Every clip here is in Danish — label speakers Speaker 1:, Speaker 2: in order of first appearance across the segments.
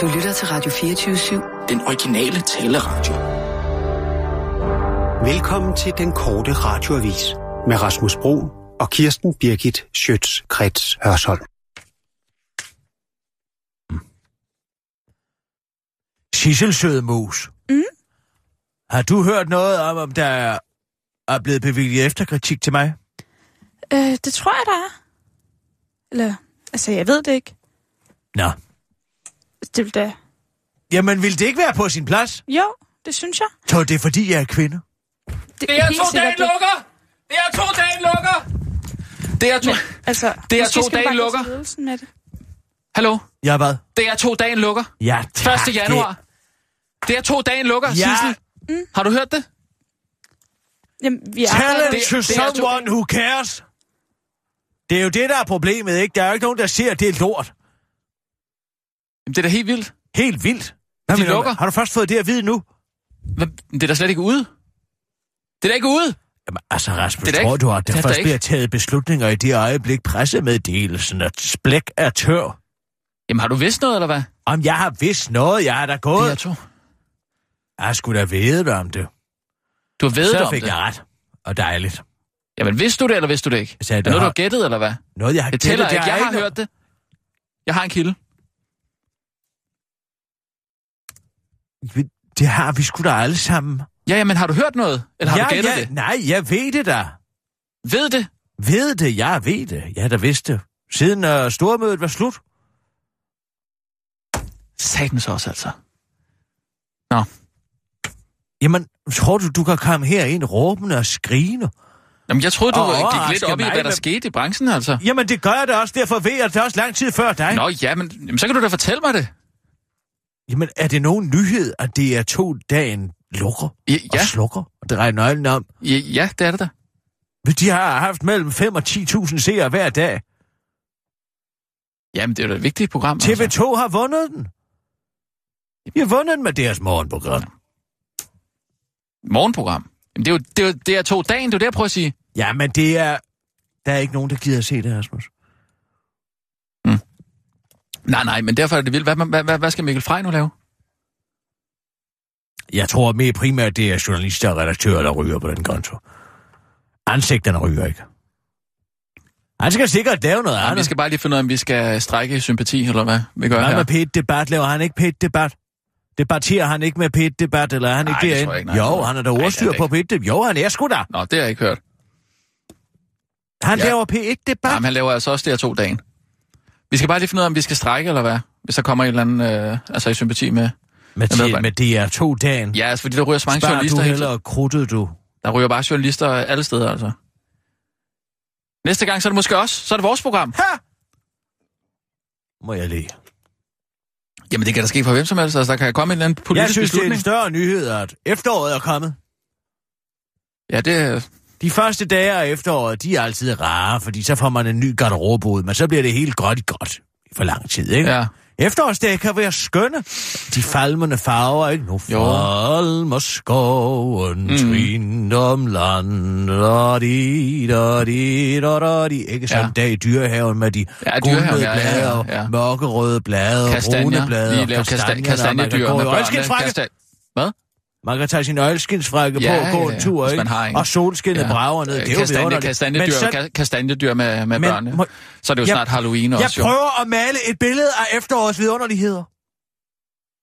Speaker 1: Du lytter til Radio 24-7.
Speaker 2: Den originale taleradio.
Speaker 3: Velkommen til den korte radioavis med Rasmus Bro og Kirsten Birgit Schøtz-Krets Hørsholm.
Speaker 4: Sisselsøde mus.
Speaker 5: Mm.
Speaker 4: Har du hørt noget om, om der er- er blevet bevilget efterkritik til mig?
Speaker 5: Øh, det tror jeg, der er. Eller, altså, jeg ved det ikke.
Speaker 4: Nå.
Speaker 5: Det vil da...
Speaker 4: Jamen, ville det ikke være på sin plads?
Speaker 5: Jo, det synes jeg.
Speaker 4: Så det er, fordi jeg er kvinde.
Speaker 5: Det,
Speaker 2: Det er
Speaker 5: helt
Speaker 2: to
Speaker 5: sikkert
Speaker 2: dagen lukker! Det er to dagen lukker! Det er to...
Speaker 5: Altså,
Speaker 2: Det er
Speaker 5: måske
Speaker 2: to
Speaker 5: skal man bare
Speaker 2: dage
Speaker 5: gå
Speaker 2: lukker.
Speaker 5: til ledelsen Med det.
Speaker 2: Hallo?
Speaker 4: Jeg er hvad?
Speaker 2: Det er to dagen lukker.
Speaker 4: Ja, tak.
Speaker 2: 1. januar. Det er to dagen lukker,
Speaker 4: Ja. Mm.
Speaker 2: Sissel. Har du hørt det?
Speaker 5: Jamen, vi
Speaker 4: Det, tell
Speaker 5: arbejder...
Speaker 4: it
Speaker 2: Det-
Speaker 4: to
Speaker 2: det er to-
Speaker 4: someone who cares. Det er jo det, der er problemet, ikke? Der er jo ikke nogen, der siger, at det er lort.
Speaker 2: Jamen, det er da helt vildt.
Speaker 4: Helt vildt. Hvad
Speaker 2: De
Speaker 4: mener du?
Speaker 2: lukker.
Speaker 4: Har du først fået det at vide nu?
Speaker 2: Hvad? Det er da slet ikke ude. Det er da ikke ude.
Speaker 4: Jamen, altså, Rasmus,
Speaker 2: Det er da
Speaker 4: tror
Speaker 2: ikke-
Speaker 4: du, at der
Speaker 2: det er da
Speaker 4: først
Speaker 2: ikke-
Speaker 4: bliver taget beslutninger i det øjeblik, pressemeddelelsen og splæk er tør?
Speaker 2: Jamen, har du vidst noget, eller hvad?
Speaker 4: Om jeg har vidst noget, jeg er da
Speaker 2: Det
Speaker 4: gået.
Speaker 2: er to.
Speaker 4: Jeg skulle da vide om det.
Speaker 2: Du har ved
Speaker 4: Så
Speaker 2: om
Speaker 4: fik
Speaker 2: det.
Speaker 4: jeg ret. Og dejligt.
Speaker 2: Jamen, vidste du det, eller vidste du det ikke?
Speaker 4: Jeg sagde,
Speaker 2: er det
Speaker 4: det
Speaker 2: noget, du
Speaker 4: har-
Speaker 2: har gættet, eller hvad?
Speaker 4: Noget, jeg har
Speaker 2: Det tæller
Speaker 4: gættet,
Speaker 2: ikke.
Speaker 4: er
Speaker 2: Jeg har
Speaker 4: noget-
Speaker 2: hørt det. Jeg har en kilde.
Speaker 4: Det har vi sgu da alle sammen.
Speaker 2: Ja, ja, men har du hørt noget? Eller har
Speaker 4: ja,
Speaker 2: du gættet
Speaker 4: ja,
Speaker 2: det?
Speaker 4: Nej, jeg ved det da.
Speaker 2: Ved det?
Speaker 4: Ved det, jeg ved det. Jeg der vidste det. Siden uh, stormødet var slut.
Speaker 2: Satens også, altså.
Speaker 4: Jamen, tror du, du kan komme herind råbende og skrigende?
Speaker 2: Jamen, jeg troede, du
Speaker 4: Og
Speaker 2: oh, gik lidt
Speaker 4: overrasker
Speaker 2: op i,
Speaker 4: mig,
Speaker 2: hvad der
Speaker 4: men-
Speaker 2: skete i branchen, altså.
Speaker 4: Jamen, det gør jeg da også. Derfor ved jeg det også lang tid før dig.
Speaker 2: Nå, ja, men jamen, så kan du da fortælle mig det.
Speaker 4: Jamen, er det nogen nyhed, at det er to dagen lukker
Speaker 2: Ja,
Speaker 4: og
Speaker 2: ja,
Speaker 4: slukker? Og drejer nøglen om.
Speaker 2: ja, ja det er det da.
Speaker 4: De har haft mellem 5 og 10.000 seere hver dag.
Speaker 2: Jamen, det er jo da et vigtigt program. Altså.
Speaker 4: TV2 har vundet den. De har vundet den med deres morgenprogram.
Speaker 2: Morgenprogram. Jamen, det er jo det er, jo- det er to dagen, det er jo det, jeg prøver at sige.
Speaker 4: Ja, men det er... Der er ikke nogen, der gider at se det, Rasmus.
Speaker 2: Nej, nej, men derfor er det vildt. Hvad, hvad, hvad, hvad skal Mikkel Frey nu lave?
Speaker 4: Jeg tror mere primært, det er journalister og redaktører, der ryger på den konto. Ansigterne ryger ikke. Han skal sikkert lave noget
Speaker 2: Jamen, vi
Speaker 4: andet.
Speaker 2: skal bare lige finde ud af, om vi skal strække i sympati, eller hvad vi gør
Speaker 4: Hvad
Speaker 2: her.
Speaker 4: med pæt debat? Laver han ikke pæt debat? Debatterer han ikke med pæt debat, eller er han
Speaker 2: Nej,
Speaker 4: ikke
Speaker 2: det
Speaker 4: derinde?
Speaker 2: tror jeg ikke, nej.
Speaker 4: jo, han er da
Speaker 2: Nej, det er
Speaker 4: ordstyr
Speaker 2: det
Speaker 4: på pæt debat. Jo, han er sgu da.
Speaker 2: Nå, det har jeg ikke hørt.
Speaker 4: Han
Speaker 2: Ja.
Speaker 4: laver P1 debat.
Speaker 2: Nej, men han laver altså også det her to dagen. Vi skal bare lige finde ud af, om vi skal strække, eller hvad? Hvis der kommer et eller andet, øh, altså i sympati med...
Speaker 4: med,
Speaker 2: jeg ved
Speaker 4: til,
Speaker 2: godt.
Speaker 4: med DR2 dagen.
Speaker 2: Ja, altså fordi der ryger så mange
Speaker 4: Sparer du
Speaker 2: journalister hele tiden.
Speaker 4: hellere krudtet, du.
Speaker 2: Der ryger bare journalister alle steder, altså. Næste gang, så er det måske os. Så er det vores program.
Speaker 4: Må jeg lige.
Speaker 2: Jamen, det kan da ske for hvem som helst. Altså, der kan komme en eller anden
Speaker 4: Jeg
Speaker 2: politisk
Speaker 4: synes, det er en
Speaker 2: beslutning.
Speaker 4: større nyhed, at efteråret er kommet.
Speaker 2: Ja, det er...
Speaker 4: De første dage af efteråret, de er altid rare, fordi så får man en ny garderobe ud, men så bliver det helt godt i godt i for lang tid, ikke?
Speaker 2: Ja.
Speaker 4: Efterårsdage kan være skønne. De falmende farver, ikke? Nu
Speaker 2: Jo.
Speaker 4: falmer skoven, mm. trint om land, da di, da di, da da di. Ikke sådan
Speaker 2: Ja.
Speaker 4: ja. dag i dyrehaven med de
Speaker 2: Ja,
Speaker 4: ja,
Speaker 2: dyrehaven,
Speaker 4: gulnede
Speaker 2: ja, ja,
Speaker 4: blade,
Speaker 2: ja,
Speaker 4: ja,
Speaker 2: ja.
Speaker 4: ja. mørkerøde blade, kastanjer. brune blade,
Speaker 2: Vi laver kasta- kastanjedyr med børnene.
Speaker 4: børnene.
Speaker 2: Kasta-
Speaker 4: Man kan tage sin øjelskindsfrække
Speaker 2: Ja,
Speaker 4: ja, på og gå
Speaker 2: ja,
Speaker 4: en tur,
Speaker 2: hvis
Speaker 4: ikke?
Speaker 2: man har en.
Speaker 4: Og solskinnet
Speaker 2: Ja.
Speaker 4: ja. brager ned.
Speaker 2: Øh,
Speaker 4: Det er jo
Speaker 2: kastanje-
Speaker 4: vidunderligt.
Speaker 2: Kastanjedyr,
Speaker 4: Men så-
Speaker 2: ka- kastanjedyr med, med
Speaker 4: Men
Speaker 2: børnene.
Speaker 4: må-
Speaker 2: Så er det jo
Speaker 4: Jeg-
Speaker 2: snart Halloween
Speaker 4: Jeg
Speaker 2: også, jo.
Speaker 4: prøver at male et billede af efterårets vidunderligheder.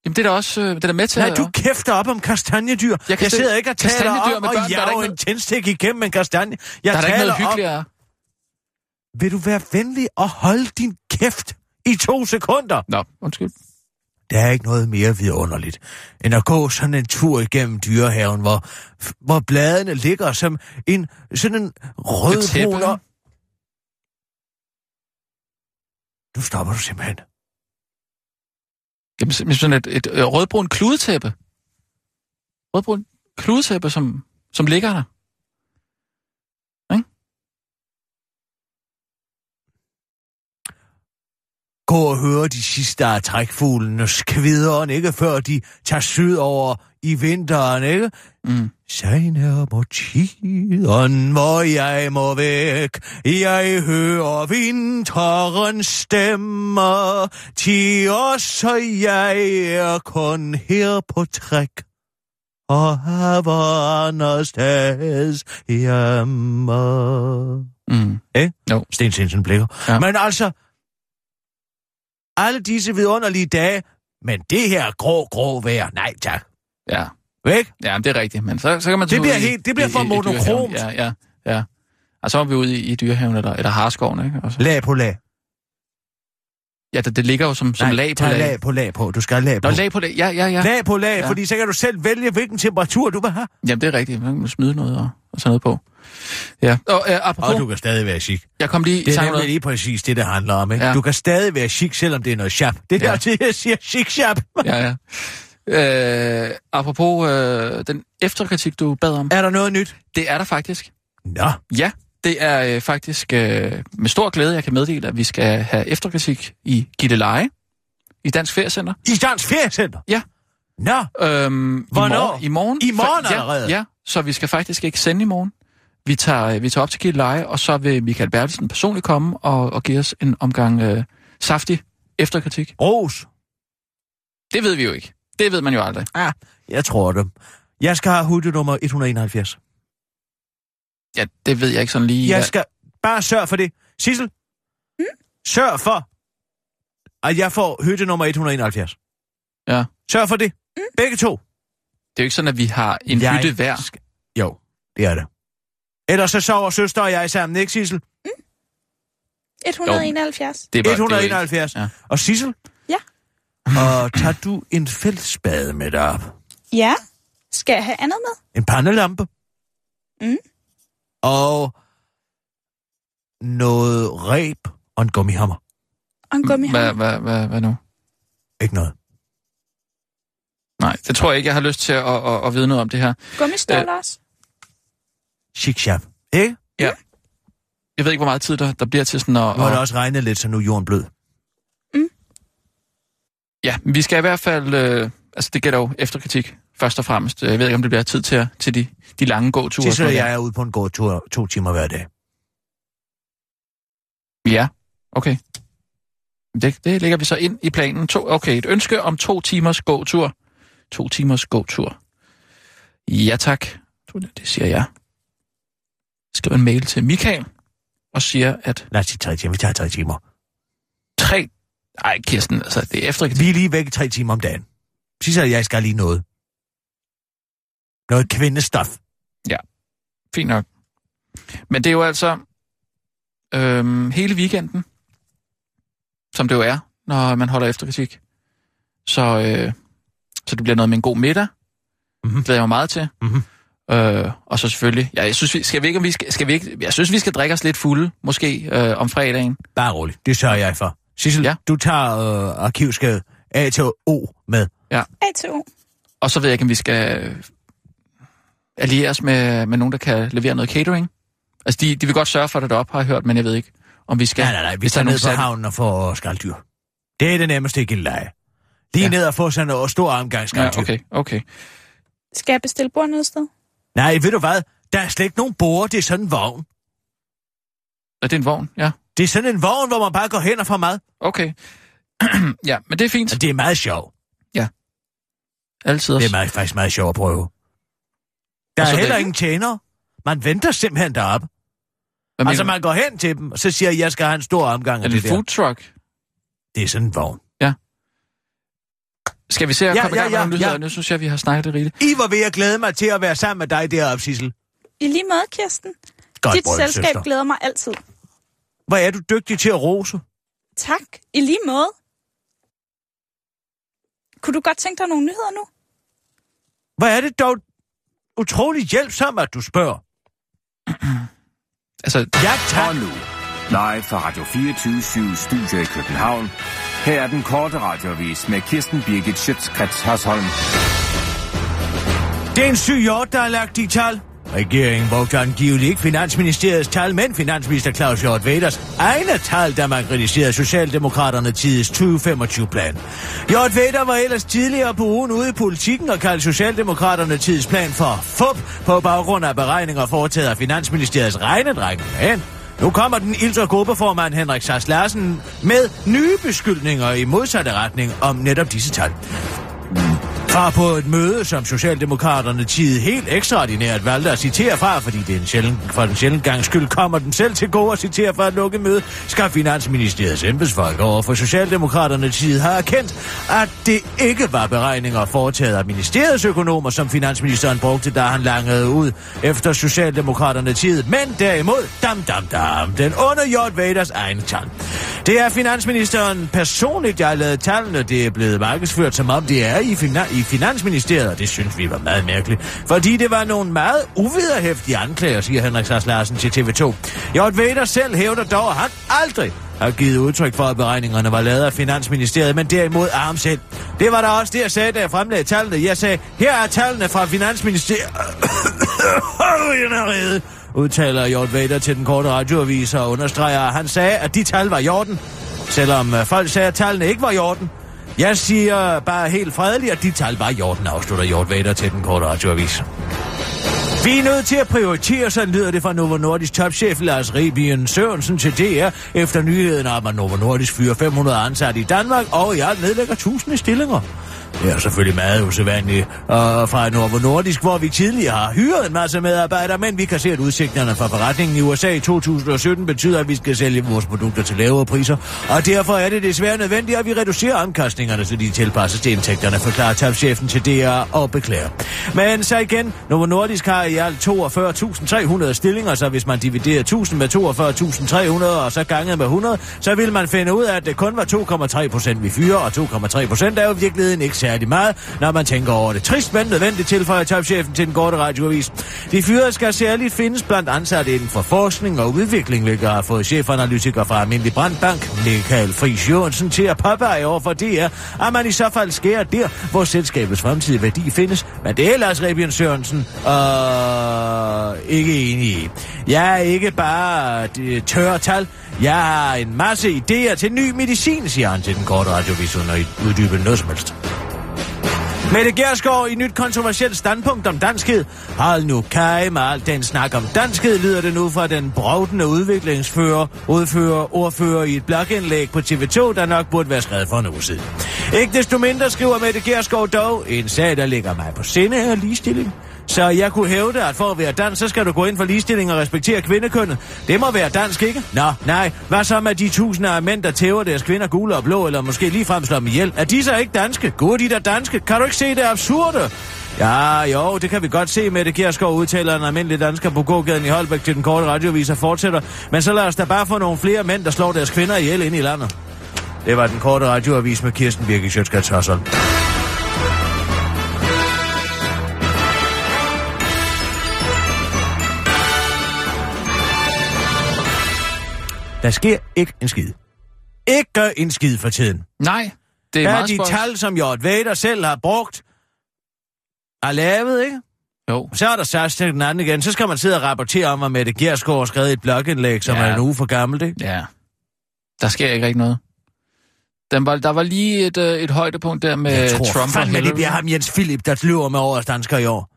Speaker 2: Jamen, det er da også øh, det er da med til.
Speaker 4: Nej,
Speaker 2: at-
Speaker 4: du kæfter op om kastanjedyr.
Speaker 2: Jeg
Speaker 4: Jeg,
Speaker 2: kan
Speaker 4: jeg
Speaker 2: slet-
Speaker 4: sidder ikke og taler
Speaker 2: kastanjedyr
Speaker 4: om
Speaker 2: med
Speaker 4: at
Speaker 2: børn, der er da ikke
Speaker 4: jage en
Speaker 2: noget-
Speaker 4: tændstik igennem en kastanje. Jeg
Speaker 2: der er da ikke
Speaker 4: taler
Speaker 2: noget hyggeligere.
Speaker 4: om, vil du være venlig og holde din kæft i to sekunder?
Speaker 2: Nå, undskyld.
Speaker 4: Der er ikke noget mere vidunderligt, end at gå sådan en tur igennem dyrehaven, hvor, hvor bladene ligger som en sådan en
Speaker 2: Et tæppe.
Speaker 4: rødbrun og... Nu stopper du simpelthen.
Speaker 2: Jamen, simpelthen sådan et, et øh, rødbrun kludetæppe. Rødbrun kludetæppe, som, som ligger der.
Speaker 4: Gå og høre de sidste af trækfuglenes kvideren, ikke før de tager syd over i vinteren, ikke?
Speaker 2: Mm.
Speaker 4: Sagen nærmer tiden, hvor jeg må væk. Jeg hører vinterens stemmer. Ti år, så jeg er kun her på træk. Og haver Anders Dags hjemme.
Speaker 2: Mm.
Speaker 4: Sten Sinsen blikker. Ja.
Speaker 2: Ja.
Speaker 4: Men altså, alle disse vidunderlige dage, men det her grå, grå vejr, nej tak.
Speaker 2: Ja.
Speaker 4: Væk?
Speaker 2: ja, men det er rigtigt. Men så, så kan man tage
Speaker 4: Det
Speaker 2: ud
Speaker 4: bliver
Speaker 2: i-
Speaker 4: helt- det bliver
Speaker 2: i-
Speaker 4: for
Speaker 2: i- i dyrehaven.
Speaker 4: monokromt.
Speaker 2: Ja, ja, ja. Og så er vi ude i, i dyrehaven eller, eller harskoven, ikke? Og så,
Speaker 4: Lag på lag.
Speaker 2: ja, det, det ligger jo som, som
Speaker 4: Nej,
Speaker 2: lag på
Speaker 4: tag
Speaker 2: lag.
Speaker 4: lag på lag på. Du skal have lag på.
Speaker 2: Nå, lag på lag. Ja, ja, ja.
Speaker 4: Lag på lag, ja.
Speaker 2: Ja.
Speaker 4: fordi så kan du selv vælge, hvilken temperatur du vil have.
Speaker 2: Jamen, det er rigtigt. Man kan smide noget og, og sådan noget på. Ja. Og øh, apropos,
Speaker 4: Og du kan stadig være chic.
Speaker 2: jeg kom lige i
Speaker 4: Det er
Speaker 2: tanke om
Speaker 4: nemlig
Speaker 2: noget.
Speaker 4: lige præcis det, det handler om. Ikke? Ja.
Speaker 2: Ja.
Speaker 4: Du kan stadig være chic, selvom det er noget sharp. Det er
Speaker 2: Ja.
Speaker 4: ja. der, jeg siger chic-sharp.
Speaker 2: Ja, ja. Øh, apropos øh, den efterkritik, du bad om.
Speaker 4: Er der noget nyt?
Speaker 2: Det er der faktisk.
Speaker 4: Nå,
Speaker 2: Ja, det er øh, faktisk øh, med stor glæde, jeg kan meddele, at vi skal have efterkritik i Gilleleje, i Dansk Feriecenter.
Speaker 4: i Dansk Feriecenter?
Speaker 2: Ja.
Speaker 4: Nå,
Speaker 2: Øhm,
Speaker 4: Hvornår?
Speaker 2: I morgen.
Speaker 4: I morgen
Speaker 2: For-
Speaker 4: allerede?
Speaker 2: Ja, ja, så vi skal faktisk ikke sende i morgen. Vi tager, øh, vi tager op til Gilleleje, og så vil Michael Bertelsen personligt komme og, og give os en omgang øh, saftig efterkritik.
Speaker 4: Ros.
Speaker 2: Det ved vi jo ikke. Det ved man jo aldrig.
Speaker 4: Ah, jeg tror det. Jeg skal have hudde nummer 171.
Speaker 2: Ja, det ved jeg ikke sådan lige.
Speaker 4: Jeg
Speaker 2: Ja.
Speaker 4: skal bare sørge for det. Sissel, hmm? sørg for, at jeg får hytte nummer 171.
Speaker 2: Ja.
Speaker 4: Sørg for det. Mm. Begge to.
Speaker 2: Det er jo ikke sådan, at vi har en jeg... hytte hver.
Speaker 4: Skal... Jo, det er det. Ellers så sover søster og jeg sammen, ikke Sissel?
Speaker 5: 171.
Speaker 2: Det er det er jo ikke-
Speaker 4: 171.
Speaker 2: Ja.
Speaker 4: Og Sissel?
Speaker 5: Ja.
Speaker 4: Og tager du en fældspade med dig op?
Speaker 5: Ja. Skal jeg have andet med?
Speaker 4: En pandelampe?
Speaker 5: Mm.
Speaker 4: Og noget reb og en gummihammer.
Speaker 5: Og en
Speaker 2: Hvad,
Speaker 5: gummihammer?
Speaker 2: hvad, hvad, hvad nu?
Speaker 4: Ikke noget.
Speaker 2: Nej, det tror jeg ikke, jeg har lyst til at, at, at vide noget om det her.
Speaker 5: Gummistøvler
Speaker 2: Øh.
Speaker 5: også?
Speaker 4: Chic chap. Ikke?
Speaker 2: Jeg ved ikke, hvor meget tid der, der bliver til sådan at...
Speaker 4: Nu har det
Speaker 2: at
Speaker 4: også regnet lidt, så nu er jorden blød.
Speaker 2: ja, vi skal i hvert fald... Øh, altså, det gælder jo efterkritik, først og fremmest. Jeg ved ikke, om det bliver tid til, at- til de, de lange gåture. og
Speaker 4: Sissel
Speaker 2: sådan
Speaker 4: og
Speaker 2: noget
Speaker 4: jeg er ude på en gåtur to timer hver dag.
Speaker 2: der. Ja, okay. Det, det lægger vi så ind i planen. To, okay, et ønske om to timers gåtur. To timers gåtur. Ja, tak. Det siger jeg. Skriv en mail til Michael og siger, at
Speaker 4: Lad os sige tre timer. Vi tager tre timer.
Speaker 2: tre... Ej, Kirsten, altså, det er efter...
Speaker 4: Vi er lige væk i tre timer om dagen. Sissel og jeg skal lige noget. Noget kvindestof.
Speaker 2: Fint nok. Men det er jo altså øhm, hele weekenden, som det jo er, når man holder efterkritik. Så, øh, så det bliver noget med en god middag.
Speaker 4: Mhm.
Speaker 2: Mm-hmm. Glæder jeg mig meget til.
Speaker 4: Mhm.
Speaker 2: Øh, og så selvfølgelig, ja, jeg synes, vi, skal vi ikke, om vi skal, skal vi ikke, jeg synes, vi skal drikke os lidt fulde, måske, øh, om fredagen.
Speaker 4: Bare roligt. Det sørger jeg for. Sissel, ja.
Speaker 2: Ja.
Speaker 4: du tager øh, arkivskade A til O med.
Speaker 5: A til O.
Speaker 2: Og så ved jeg ikke, om vi skal øh, alliere os med, med nogen, der kan levere noget catering. Altså, de, de vil godt sørge for det deroppe, har jeg hørt, men jeg ved ikke, om vi skal...
Speaker 4: Nej, nej, nej. Vi
Speaker 2: hvis der
Speaker 4: tager
Speaker 2: er
Speaker 4: ned
Speaker 2: nogen
Speaker 4: på
Speaker 2: særlig-
Speaker 4: havnen og får skalddyr. Det er det nemmeste i Gilleleje. Lige ja.
Speaker 2: Ja.
Speaker 4: ned og få sådan en stor omgang
Speaker 2: Ja,
Speaker 4: skalddyr. Ja, okay.
Speaker 2: okay, okay.
Speaker 5: Skal jeg bestille bord noget sted?
Speaker 4: Nej, ved du hvad? Der er slet ikke nogen borer. Det er sådan en vogn.
Speaker 2: Er det en vogn? Ja.
Speaker 4: Det er sådan en vogn, hvor man bare går hen og får mad.
Speaker 2: Okay. ja, men det er fint.
Speaker 4: Og det er meget sjovt.
Speaker 2: Altid
Speaker 4: Det er
Speaker 2: også.
Speaker 4: meget, faktisk meget sjovt at prøve. Der
Speaker 2: Og så
Speaker 4: er heller
Speaker 2: det-
Speaker 4: ingen tjener. Man venter simpelthen deroppe.
Speaker 2: Hvad
Speaker 4: Altså,
Speaker 2: mener
Speaker 4: man går hen til dem, og så siger jeg, jeg skal have en stor omgang
Speaker 2: du?
Speaker 4: af
Speaker 2: Er det
Speaker 4: det
Speaker 2: en
Speaker 4: der.
Speaker 2: food truck?
Speaker 4: Det er sådan en vogn.
Speaker 2: Skal vi se at
Speaker 4: Ja,
Speaker 2: komme i
Speaker 4: ja,
Speaker 2: gang med
Speaker 4: ja,
Speaker 2: nogle nyheder?
Speaker 4: ja.
Speaker 2: Nu synes jeg, vi har snakket det rigtigt.
Speaker 4: I var ved at glæde mig til at være sammen med dig deroppe, Sissel.
Speaker 5: I lige måde, Kirsten.
Speaker 4: Godt
Speaker 5: Dit
Speaker 4: brød,
Speaker 5: selskab
Speaker 4: søster.
Speaker 5: glæder mig altid.
Speaker 4: Hvor er du dygtig til at rose?
Speaker 5: Tak. I lige måde. Kunne du godt tænke dig nogle nyheder nu?
Speaker 4: Hvor er det dog utrolig hjælpsomt, at du spørger.
Speaker 2: Altså,
Speaker 4: Ja, tak.
Speaker 6: Og nu, live fra Radio 24 Studio i København. Her er den korte radiovis med Kirsten Birgit Schøtzgrads Hasholm.
Speaker 4: Det er en syg hjort, der har lagt de tal. Regeringen brugte angiveligt ikke Finansministeriets tal, men finansminister Claus Hjort Veders egne tal, da man kritiserede Socialdemokraterne tidens 2025-plan. Hjort Veder var ellers tidligere på ugen ude i politikken og kaldte Socialdemokraterne tidens plan for FUP på baggrund af beregninger foretaget af Finansministeriets regnedrenge. Men nu kommer den ældre gruppeformand Henrik Sars Larsen med nye beskyldninger i modsatte retning om netop disse tal. Fra på et møde, som Socialdemokraterne tid helt ekstraordinært valgte at citere fra, fordi det er en sjældent, for en sjældent gang skyld kommer den selv til gode at citere fra et lukket møde, skal Finansministeriets embedsfolk over for Socialdemokraterne tid har erkendt, at det ikke var beregninger foretaget af ministeriets økonomer, som finansministeren brugte, da han langede ud efter Socialdemokraterne tid, men derimod, dam dam dam, den under Jort Vaders egne tal. Det er finansministeren personligt, jeg har lavet tallene. Det er blevet markedsført, som om det er i, fina- i Finansministeriet, og det synes vi var meget mærkeligt. Fordi det var nogle meget uvederhæftige anklager, siger Henrik Sars Larsen til TV2. Jort Vader selv hævder dog, at han aldrig har givet udtryk for, at beregningerne var lavet af Finansministeriet, men derimod af ham selv. Det var der også det, jeg sagde, da jeg fremlagde tallene. Jeg sagde, her er tallene fra Finansministeriet. Røgeneriet udtaler Hjort Vader til den korte radioavis og understreger, at han sagde, at de tal var i orden, selvom øh, folk sagde, at tallene ikke var i orden. Jeg siger bare helt fredeligt, at de tal var i orden, afslutter Hjort Vader til den korte radioavis. Vi er nødt til at prioritere, så lyder det fra Novo Nordisk topchef Lars Rebien Sørensen til DR, efter nyheden om, at Novo Nordisk fyrer 500 ansatte i Danmark, og i alt nedlægger tusinde stillinger. Det er selvfølgelig meget usædvanligt og fra Novo Nordisk, hvor vi tidligere har hyret en masse medarbejdere, men vi kan se, at udsigterne fra forretningen i USA i 2017 betyder, at vi skal sælge vores produkter til lavere priser, og derfor er det desværre nødvendigt, at vi reducerer omkostningerne, så de tilpasses til indtægterne, forklarer tabschefen til DR og beklager. Men så igen, Novo Nordisk har i alt 42.300 stillinger, så hvis man dividerer 1000 med 42.300 og så ganget med 100, så vil man finde ud af, at det kun var 2,3 procent, vi fyrer, og 2,3 procent er jo i virkeligheden ikke særlig meget, når man tænker over det. Trist, men nødvendigt, tilføjer topchefen til den korte radioavis. De fyrede skal særligt findes blandt ansatte inden for forskning og udvikling, hvilket har fået chefanalytiker fra Almindelig Brandbank, Michael Friis Jørgensen, til at påpege over for DR, at man i så fald skærer der, hvor selskabets fremtidige værdi findes. Men det er Lars Rebjørn Sørensen og ikke enig i. Jeg er ikke bare øh, tørre tal. Jeg har en masse idéer til ny medicin, siger han til den korte radiovis, uden at uddybe noget som helst. Mette Gerskov i nyt kontroversielt standpunkt om danskhed. Hold nu kaj med al den snak om danskhed, lyder det nu fra den brovdende udviklingsfører, udfører, ordfører i et blogindlæg på TV2, der nok burde være skrevet for en uge siden. Ikke desto mindre skriver Mette Gerskov dog, en sag, der ligger mig på sinde er ligestilling. Så jeg kunne hævde, at for at være dansk, så skal du gå ind for ligestilling og respektere kvindekønnet. Det må være dansk, ikke? Nå, nej. Hvad så med de tusinder af mænd, der tæver deres kvinder gule og blå, eller måske ligefrem slår dem ihjel? Er de så ikke danske? Gode de der danske? Kan du ikke se det absurde? Ja, jo, det kan vi godt se, Mette Kjærsgaard udtaler en almindelig dansker på gågaden i Holbæk til den korte radioavis og fortsætter. Men så lad os da bare få nogle flere mænd, der slår deres kvinder ihjel ind i landet. Det var den korte radioavis med Kirsten Birgit Sjøtskrets Hørsholm. Der sker ikke en skid. Ikke en skid for tiden.
Speaker 2: Nej, det er
Speaker 4: Der er
Speaker 2: meget
Speaker 4: de
Speaker 2: spøjst.
Speaker 4: tal, som Jort Vader selv har brugt, har lavet, ikke?
Speaker 2: Jo,
Speaker 4: Så er der SAS til den anden igen. Så skal man sidde og rapportere om, hvad Mette Gersgaard har skrevet i et blogindlæg, som
Speaker 2: Ja.
Speaker 4: ja. er en uge for gammelt, ikke?
Speaker 2: ja. Der sker ikke rigtig noget. Den var, der var lige et, øh, et højdepunkt der med
Speaker 4: Jeg tror
Speaker 2: Øh, Trump og
Speaker 4: fandme,
Speaker 2: Hillary.
Speaker 4: det bliver ham Jens Philip, der løber med over dansker i år.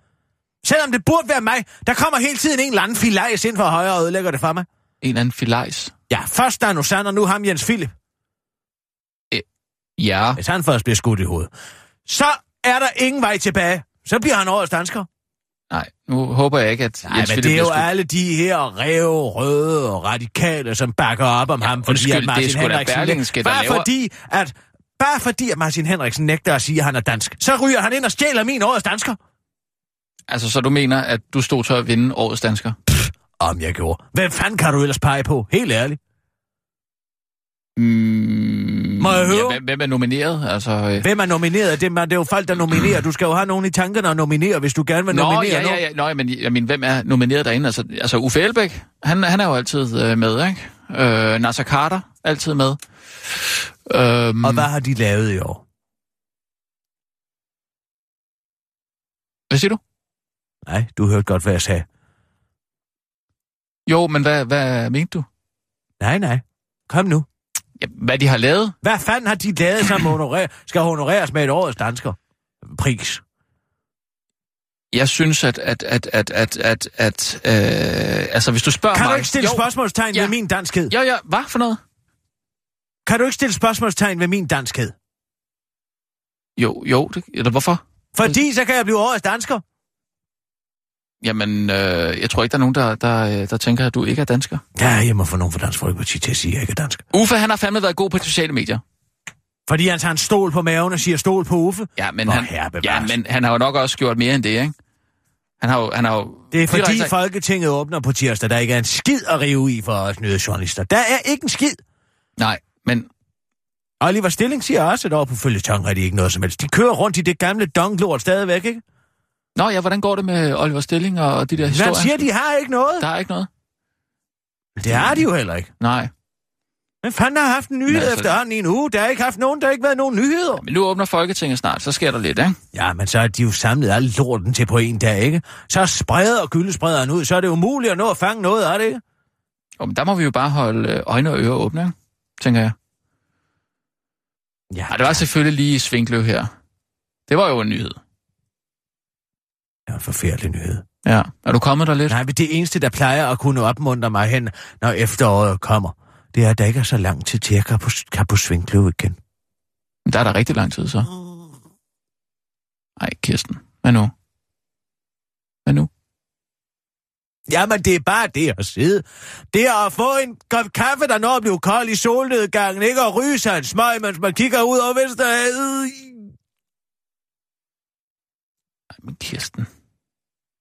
Speaker 4: Selvom det burde være mig, der kommer hele tiden en eller anden filajs ind fra højre og ødelægger det for mig.
Speaker 2: En eller anden filajs.
Speaker 4: Ja, først Dan Osan, og nu ham Jens Philip.
Speaker 2: Ja,
Speaker 4: Hvis han først bliver skudt i hovedet. Så er der ingen vej tilbage. Så bliver han årets dansker.
Speaker 2: nej, nu håber jeg ikke, at
Speaker 4: Nej, men
Speaker 2: Philip
Speaker 4: det er
Speaker 2: bliver
Speaker 4: jo
Speaker 2: skudt.
Speaker 4: alle de her rev, røde og radikale, som bakker op om ja, ham, fordi
Speaker 2: undskyld, det
Speaker 4: at
Speaker 2: er
Speaker 4: Martin
Speaker 2: sgu da
Speaker 4: Henriksen...
Speaker 2: Berlingske, der
Speaker 4: bare
Speaker 2: laver-
Speaker 4: fordi, at... Bare fordi, at Martin Henriksen nægter at sige, at han er dansk, så ryger han ind og stjæler min årets dansker.
Speaker 2: Altså, så du mener, at du stod til at vinde årets dansker?
Speaker 4: Om jeg gjorde. Hvem fanden kan du ellers pege på? Helt ærligt.
Speaker 2: Mm,
Speaker 4: Må jeg høre?
Speaker 2: Ja, hvem, hvem er nomineret? Altså, øh...
Speaker 4: Hvem er nomineret? Det er, man- det er jo folk, der nominerer. Du skal jo have nogen i tankerne og nominere, hvis du gerne vil
Speaker 2: Nå,
Speaker 4: nominere
Speaker 2: ja, ja,
Speaker 4: nogen.
Speaker 2: ja. Nå, men, jeg mener, hvem er nomineret derinde? Altså, altså Uffe Elbæk, han, han er jo altid øh, med, ikke? Øh, Nasser Carter, altid med. Øhm,
Speaker 4: Og hvad har de lavet i år?
Speaker 2: Hvad siger du?
Speaker 4: Nej, du hørte godt, hvad jeg sagde.
Speaker 2: Jo, men hvad, hvad mente du?
Speaker 4: Nej, nej. Kom nu.
Speaker 2: Ja, hvad de har lavet?
Speaker 4: Hvad fanden har de lavet, som honorer, skal honoreres med et årets dansker? Pris.
Speaker 2: Jeg synes, at... at, at, at, at, at, at øh, altså, hvis du spørger
Speaker 4: Kan
Speaker 2: mig...
Speaker 4: du ikke stille
Speaker 2: jo,
Speaker 4: spørgsmålstegn
Speaker 2: Ja.
Speaker 4: ved min danskhed?
Speaker 2: Jo, ja, hvad for noget?
Speaker 4: Kan du ikke stille spørgsmålstegn ved min danskhed?
Speaker 2: Jo, jo, det, eller hvorfor?
Speaker 4: Fordi så kan jeg blive årets dansker.
Speaker 2: Jamen, øh, jeg tror ikke, der er nogen, der, der, øh, der tænker, at du ikke er dansker.
Speaker 4: Ja, jeg må få nogen fra Dansk Folkeparti til at sige, at jeg ikke er dansk.
Speaker 2: Uffe, han har fandme været god på de sociale medier.
Speaker 4: Fordi han tager en stol på maven og siger stol på Uffe.
Speaker 2: Ja, men,
Speaker 4: Hvor
Speaker 2: han,
Speaker 4: herre
Speaker 2: ja,
Speaker 4: bevares.
Speaker 2: men han har jo nok også gjort mere end det, ikke? Han har jo... Han har jo
Speaker 4: Det er fordi
Speaker 2: direkte-
Speaker 4: Folketinget åbner på tirsdag, der ikke er en skid at rive i for os nyhedsjournalister. Der er ikke en skid.
Speaker 2: Nej, men...
Speaker 4: Oliver Stilling siger også, at over på følgetong har de ikke noget som helst. De kører rundt i det gamle donglort stadigvæk, ikke?
Speaker 2: Nå ja, hvordan går det med Oliver Stilling og de der
Speaker 4: Men
Speaker 2: historier?
Speaker 4: han siger, de har ikke noget.
Speaker 2: Der er ikke noget.
Speaker 4: Det har de jo heller ikke.
Speaker 2: Nej.
Speaker 4: Men fanden har haft en nyhed
Speaker 2: Men altså-
Speaker 4: efterhånden i en uge. Der har ikke haft nogen, der har ikke været nogen nyheder.
Speaker 2: Men nu åbner Folketinget snart, så sker der lidt, ikke?
Speaker 4: Ja, men så er de jo samlet alle lorten til på en dag, ikke? Så spreder gyldesprederen ud, så er det umuligt at nå at fange noget af det, ikke?
Speaker 2: Jo, men der må vi jo bare holde øh, øjne og ører åbne, ikke? tænker jeg.
Speaker 4: Ja,
Speaker 2: Ej, det var selvfølgelig lige Svinkløv her. Det var jo en nyhed.
Speaker 4: det er en forfærdelig nyhed.
Speaker 2: Ja. Er du kommet der lidt?
Speaker 4: Nej, men det eneste, der plejer at kunne opmuntre mig hen, når efteråret kommer, det er, at der ikke er så lang tid til, at jeg kan på, kan på Svinkløv igen.
Speaker 2: Men Der er der rigtig lang tid, så. Nej, Kirsten. Hvad nu? Hvad nu?
Speaker 4: Jamen, det er bare det at sidde. Det er at få en kop kaffe, der når at blive kold i solnedgangen, ikke? Og ryge sig en smøg, mens man kigger ud over Øh, Vesterhavet.
Speaker 2: Nej, men Kirsten.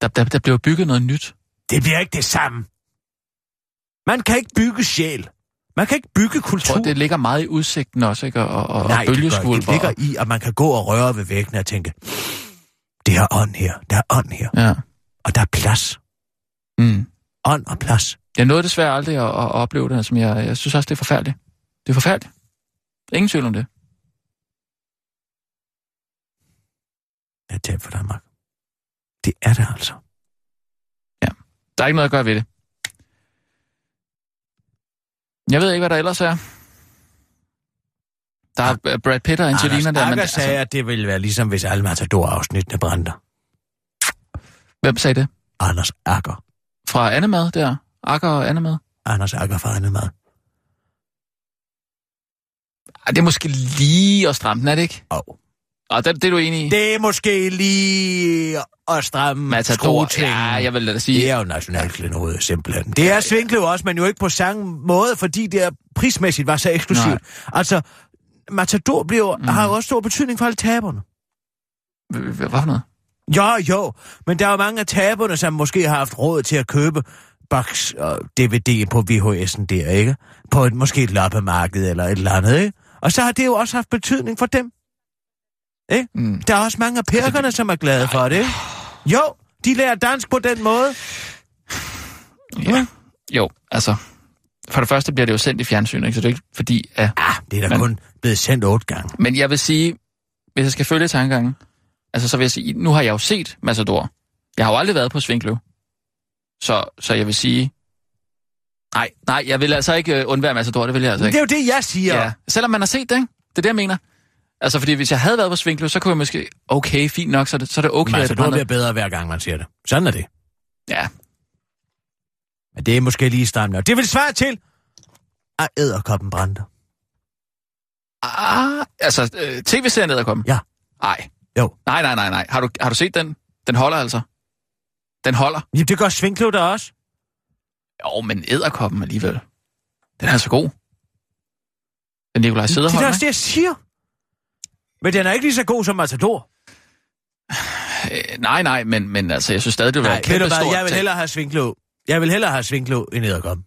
Speaker 2: Der, der, der bliver bygget noget nyt.
Speaker 4: Det bliver ikke det samme. Man kan ikke bygge sjæl. Man kan ikke bygge
Speaker 2: Jeg
Speaker 4: kultur.
Speaker 2: tror, det ligger meget i udsigten også, ikke? Og, og, og
Speaker 4: Nej, det, gør,
Speaker 2: bølgeskvulver.
Speaker 4: det ligger i, at man kan gå og røre ved væggene og tænke, det er ånd her, der er ånd her,
Speaker 2: Ja.
Speaker 4: og der er plads.
Speaker 2: Mm.
Speaker 4: Ånd og plads.
Speaker 2: Jeg nåede desværre aldrig at, at opleve det, som jeg, jeg synes også, det er forfærdeligt. Det er forfærdeligt. Ingen tvivl om det.
Speaker 4: Det er tab for Danmark. Det er det altså.
Speaker 2: Der er ikke noget at gøre ved det. Jeg ved ikke, hvad der ellers er. Der er Brad Pitt og Angelina
Speaker 4: Anders
Speaker 2: der, men
Speaker 4: Akker
Speaker 2: altså,
Speaker 4: sagde, at det ville være ligesom, hvis alle Matador-afsnittene brændte.
Speaker 2: hvem sagde det?
Speaker 4: Anders Akker.
Speaker 2: Fra Annemad der? Akker og Annemad?
Speaker 4: Anders Akker fra andet mad.
Speaker 2: Ej, Ah, det er måske lige at stramme den, er det ikke?
Speaker 4: Og
Speaker 2: Og Ah, det, det er du enig i?
Speaker 4: det er måske lige at stramme
Speaker 2: Matador.
Speaker 4: skruetingen.
Speaker 2: Ja, jeg vil da sige.
Speaker 4: Det er jo nationalklenode, simpelthen. Det er Svinkløv også, men jo ikke på samme måde, fordi det er prismæssigt var så eksklusivt. Altså, Matador bliver, mm. har jo også stor betydning for alle taberne.
Speaker 2: Hvad hvad for noget?
Speaker 4: Jo, jo, men der er jo mange af taberne, som måske har haft råd til at købe box og DVD på VHS'en der, ikke? På et, måske et loppemarked eller et eller andet, ikke? Og så har det jo også haft betydning for dem. Ikke?
Speaker 2: Mm.
Speaker 4: Der er også mange af perkerne, som er glade for det, ikke? Jo, de lærer dansk på den måde.
Speaker 2: Ja. Jo, altså. For det første bliver det jo sendt i fjernsyn, ikke? så det er ikke fordi, at...
Speaker 4: Det er da
Speaker 2: Men-
Speaker 4: men... kun blevet sendt otte gange.
Speaker 2: Men jeg vil sige, hvis jeg skal følge tankegangen, altså så vil jeg sige, nu har jeg jo set Massador. Jeg har jo aldrig været på Svinkløv. Så, så jeg vil sige, nej, nej, jeg vil altså ikke øh, undvære Massador, det vil jeg altså
Speaker 4: Men det
Speaker 2: ikke.
Speaker 4: er jo det, jeg siger.
Speaker 2: Ja.
Speaker 4: Ja.
Speaker 2: Selvom man har set det, ikke? det er det, jeg mener. Altså, fordi hvis jeg havde været på Svinkløv, så kunne jeg måske, okay, fint nok, så er det, så er det okay. at det
Speaker 4: Matador
Speaker 2: brænder.
Speaker 4: bliver bedre hver gang, man siger det. Sådan er det.
Speaker 2: Ja,
Speaker 4: Men det er måske lige stramt nok. Det vil svare til, at æderkoppen brændte.
Speaker 2: Ah, altså, øh, tv-serien Edderkoppen?
Speaker 4: Ja.
Speaker 2: Nej.
Speaker 4: Jo.
Speaker 2: Nej, nej, nej, nej. Har du, har du set den? Den holder altså. Den holder.
Speaker 4: Jamen, det gør Svinkløv der også.
Speaker 2: Jo, men Edderkoppen alligevel. Den er altså god. Den Nikolaj
Speaker 4: det er
Speaker 2: Sederholm,
Speaker 4: da også det, jeg siger. Men den er ikke lige så god som Matador.
Speaker 2: ikke? Øh, nej, nej, men, men altså, jeg synes stadig, det vil være
Speaker 4: Nej,
Speaker 2: et
Speaker 4: ved du
Speaker 2: kæmpe
Speaker 4: hvad,
Speaker 2: stort
Speaker 4: jeg vil
Speaker 2: tab.
Speaker 4: hellere have Svinkløv. Jeg vil hellere have Svinkløv end æderkoppen.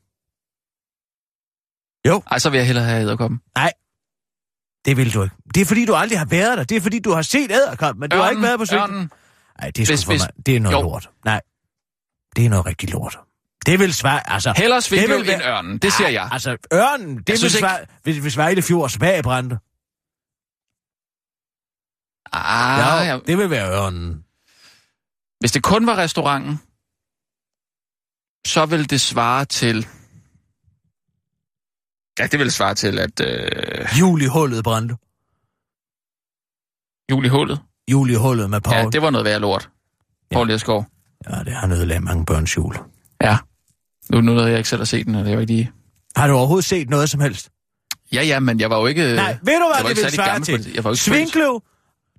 Speaker 2: Ej, så vil jeg hellere have Edderkoppen.
Speaker 4: Det vil du ikke. Det er fordi, du aldrig har været der. Det er fordi, du har set æderkoppen, men du har ikke været på Svinkløv.
Speaker 2: Ørnen.
Speaker 4: Nej, det er sgu
Speaker 2: Hvis-
Speaker 4: for
Speaker 2: hvis-
Speaker 4: mig. Det er noget
Speaker 2: Jo.
Speaker 4: jo. lort. Nej, det er noget rigtig lort. Det vil svare, altså...
Speaker 2: Hellere Svinkløv
Speaker 4: vil være-
Speaker 2: end Ørnen. Det siger
Speaker 4: Ej,
Speaker 2: jeg.
Speaker 4: Altså, ørnen, det
Speaker 2: Jeg
Speaker 4: vil
Speaker 2: synes ikke-
Speaker 4: svare, hvis, hvis Vejle Fjords bag brændte.
Speaker 2: Ah, ja.
Speaker 4: Det vil være ørnen.
Speaker 2: Hvis det kun var restauranten, så vil det svare til... Ja, det vil svare til, at øh,
Speaker 4: Julihullet brændte.
Speaker 2: jul i hullet...
Speaker 4: Julihullet med Paul.
Speaker 2: Ja, det var noget værd lort.
Speaker 4: Ja.
Speaker 2: Paul Lerskov.
Speaker 4: ja, det har nødlagt mange børns jul.
Speaker 2: Ja. Nu, nu nåede jeg ikke selv at se den, og det var ikke lige...
Speaker 4: Har du overhovedet set noget som helst?
Speaker 2: Ja, ja, men jeg var jo ikke...
Speaker 4: Nej, ved du
Speaker 2: Øh,
Speaker 4: hvad
Speaker 2: jeg var
Speaker 4: det
Speaker 2: ikke
Speaker 4: vil
Speaker 2: særlig
Speaker 4: svare
Speaker 2: gammel på det.
Speaker 4: til?
Speaker 2: Jeg var jo ikke født.
Speaker 4: Svinkløv,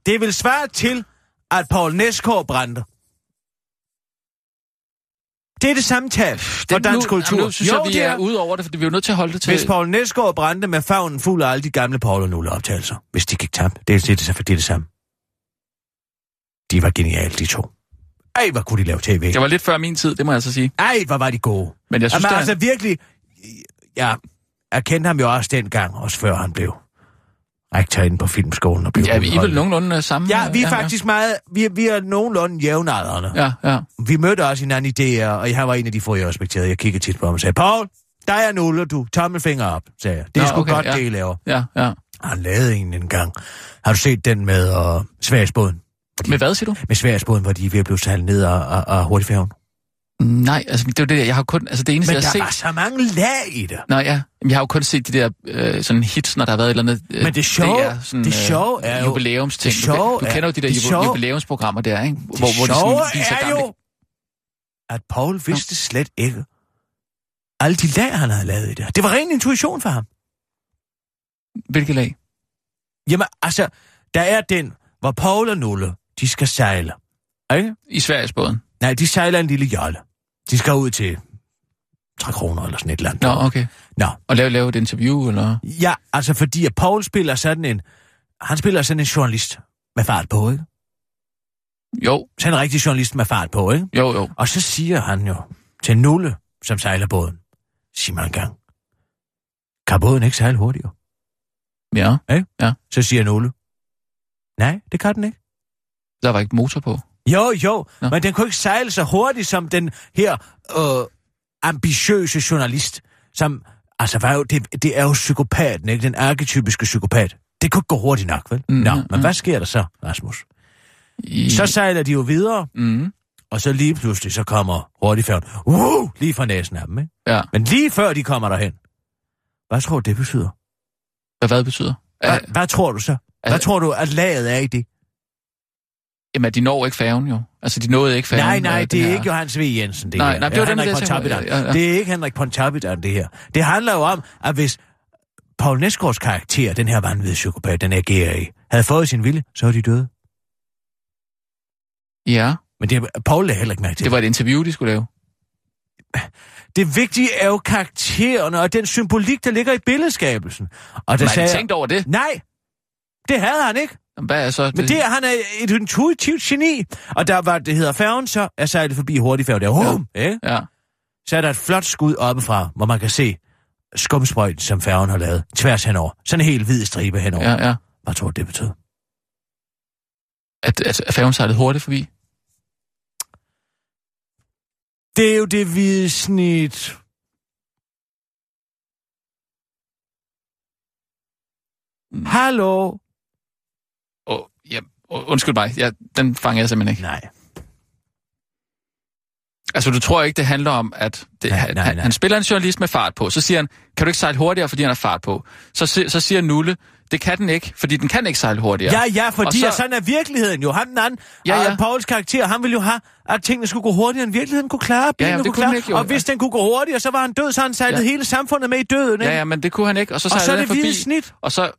Speaker 4: det vil svare til, at Paul Næsgaard brændte. Det er det samme tal for
Speaker 2: Den-
Speaker 4: dansk
Speaker 2: nu,
Speaker 4: kultur.
Speaker 2: jamen, Nu synes jo, jeg, vi
Speaker 4: det
Speaker 2: er, ude over det, fordi vi er jo nødt til at holde det til...
Speaker 4: Hvis Paul Næsgaard brændte med favnen fuld af alle de gamle Paul og Nulle optagelser, hvis de gik tabt, det er det, det, er- det, er det samme. De var geniale, de to. Ej, hvor kunne de lave tv.
Speaker 2: Det var lidt før min tid, det må jeg så sige.
Speaker 4: Ej, hvor var de gode.
Speaker 2: Men jeg synes,
Speaker 4: Jamen,
Speaker 2: der-
Speaker 4: altså virkelig, ja, jeg kendte ham jo også dengang, også før han blev rektor inde på filmskolen. Og blev
Speaker 2: Ja, vi er vel
Speaker 4: underholdt.
Speaker 2: nogenlunde øh, samme.
Speaker 4: Ja,
Speaker 2: øh,
Speaker 4: vi er faktisk meget, vi er, vi er nogenlunde jævnaldrende. Ja.
Speaker 2: Ja, ja.
Speaker 4: Vi mødte også hinanden i DR, og han var en af de få, jeg respekterede. Jeg kiggede tit på ham og sagde, Paul, der er nuller, du. Tommelfinger op, sagde jeg. Det er
Speaker 2: Nå,
Speaker 4: sgu
Speaker 2: okay,
Speaker 4: godt,
Speaker 2: ja.
Speaker 4: det I laver.
Speaker 2: Ja, ja.
Speaker 4: Han lavede en en gang. Har du set den med uh, Sværsbåden?
Speaker 2: Men hvad siger du?
Speaker 4: Med Sværsbåden, hvor de er ved at blive sejlet ned af, af, af hurtigfærgen.
Speaker 2: Nej, altså det er jo det der, jeg har kun, altså det eneste,
Speaker 4: Men
Speaker 2: jeg
Speaker 4: der
Speaker 2: har
Speaker 4: var
Speaker 2: set,
Speaker 4: så mange lag i det.
Speaker 2: nej, ja, Jamen, jeg har jo kun set de der øh, sådan hits, når der har været et eller andet, øh,
Speaker 4: Men det sjove- det sjove er jo-
Speaker 2: jubilæumsting,
Speaker 4: det
Speaker 2: du,
Speaker 4: sjove
Speaker 2: du
Speaker 4: er-
Speaker 2: kender jo de der
Speaker 4: det
Speaker 2: jubi-
Speaker 4: sjove-
Speaker 2: jubilæumsprogrammer der, ikke?
Speaker 4: Det hvor, hvor sjove
Speaker 2: sådan viser
Speaker 4: er
Speaker 2: gamle-
Speaker 4: jo, at Paul vidste slet ikke alle de lag, han havde lavet i det. Det var ren intuition for ham.
Speaker 2: Hvilket lag?
Speaker 4: Jamen, altså, der er den, hvor Paul og Nulle, de skal sejle. Ikke?
Speaker 2: I Sverigesbåden.
Speaker 4: Nej, de sejler en lille jolle. De skal ud til 3 kroner eller sådan et eller andet.
Speaker 2: Nå, okay.
Speaker 4: Nå.
Speaker 2: Og lave, lave et interview, eller?
Speaker 4: Ja, altså fordi at Paul spiller sådan en... Han spiller sådan en journalist med fart på, ikke?
Speaker 2: Jo,
Speaker 4: Sådan en rigtig journalist med fart på, ikke?
Speaker 2: jo, jo.
Speaker 4: Og så siger han jo til Nulle, som sejler båden, sig mig en gang, kan båden ikke sejle hurtigere?
Speaker 2: Ja,
Speaker 4: Så siger Nulle, nej, det kan den ikke.
Speaker 2: der var ikke motor på.
Speaker 4: Jo, jo,
Speaker 2: Nå.
Speaker 4: Nå. men den kunne ikke sejle så hurtigt som den her øh, ambitiøse journalist, som, altså, var jo, det, det er jo psykopaten, ikke? Den arketypiske psykopat. Det kunne ikke gå hurtigt nok, vel?
Speaker 2: Mm,
Speaker 4: Mm, Nå,
Speaker 2: mm,
Speaker 4: mm, men hvad sker der så, Rasmus?
Speaker 2: I...
Speaker 4: Så sejler de jo videre,
Speaker 2: Mm,
Speaker 4: og så lige pludselig, så kommer hurtigfærgen, uh, lige fra næsen af dem, ikke?
Speaker 2: ja,
Speaker 4: Men lige før de kommer derhen, hvad tror du, det betyder?
Speaker 2: hvad, hvad betyder?
Speaker 4: Hvad,
Speaker 2: Æ,
Speaker 4: Æ, hvad tror du så? Hvad tror du, at laget er i det?
Speaker 2: jamen, de når ikke færgen jo. Altså, de nåede ikke færgen.
Speaker 4: nej, nej,
Speaker 2: øh,
Speaker 4: det
Speaker 2: den
Speaker 4: er
Speaker 2: her-
Speaker 4: ikke Johannes V. Jensen, det
Speaker 2: Nej,
Speaker 4: her.
Speaker 2: nej, det var den,
Speaker 4: Henrik
Speaker 2: jeg tænkte på.
Speaker 4: Pontoppidan.
Speaker 2: Ja, ja, ja.
Speaker 4: Det er ikke Henrik Pontoppidan, det her. Det handler jo om, at hvis Paul Nesgaards karakter, den her vanvittige psykopat, den agerer i, havde fået sin vilje, så var de døde.
Speaker 2: Ja,
Speaker 4: Men det, Paul er heller ikke mærke til.
Speaker 2: det var et interview, de skulle lave.
Speaker 4: Det vigtige er jo karaktererne og den symbolik, der ligger i billedskabelsen. Og der
Speaker 2: Man har
Speaker 4: sagde...
Speaker 2: de tænkt over det.
Speaker 4: Nej, det havde han ikke.
Speaker 2: Jamen, Hvad er så
Speaker 4: Men det, er- han er et intuitivt geni. Og der var, det hedder færgen, så er sejlet forbi hurtigfærgen der. Hum, ikke?
Speaker 2: Ja,
Speaker 4: så er der et flot skud oppefra, hvor man kan se skumsprøjten, som færgen har lavet, tværs henover. Sådan en helt hvid stribe henover.
Speaker 2: ja,
Speaker 4: Ja.
Speaker 2: ja.
Speaker 4: Hvad tror du, det betød?
Speaker 2: At, altså, at, at færgen sejlede hurtigt forbi.
Speaker 4: Det er jo det hvide snit.
Speaker 2: Mm.
Speaker 4: Hallo?
Speaker 2: Åh, ja, og- undskyld mig, ja, den fanger jeg simpelthen ikke.
Speaker 4: Nej.
Speaker 2: Altså, du tror ikke, det handler om, at det,
Speaker 4: Nej,
Speaker 2: han,
Speaker 4: nej,
Speaker 2: han-
Speaker 4: nej.
Speaker 2: han spiller en journalist med fart på. Så siger han, kan du ikke sejle hurtigere, fordi han har fart på? Så, si- så siger Nulle, det kan den ikke, fordi den kan ikke sejle hurtigere.
Speaker 4: Ja, ja, fordi
Speaker 2: Og så-
Speaker 4: så... sådan er virkeligheden jo. Ham den anden,
Speaker 2: Ja,
Speaker 4: ja,
Speaker 2: ja.
Speaker 4: ja. Pauls karakter, han ville jo have, at tingene skulle gå hurtigere, end virkeligheden kunne klare.
Speaker 2: ja,
Speaker 4: bilen
Speaker 2: det
Speaker 4: kunne
Speaker 2: kunne den
Speaker 4: klare.
Speaker 2: ikke, jo.
Speaker 4: og hvis den kunne gå hurtigere, så var han død, så han sejlede
Speaker 2: Ja.
Speaker 4: ja. hele samfundet med i døden. Ikke?
Speaker 2: ja, ja, men det kunne han ikke, og så
Speaker 4: og
Speaker 2: sejlede
Speaker 4: så er
Speaker 2: han
Speaker 4: det hvide
Speaker 2: forbi.
Speaker 4: snit.
Speaker 2: Og så...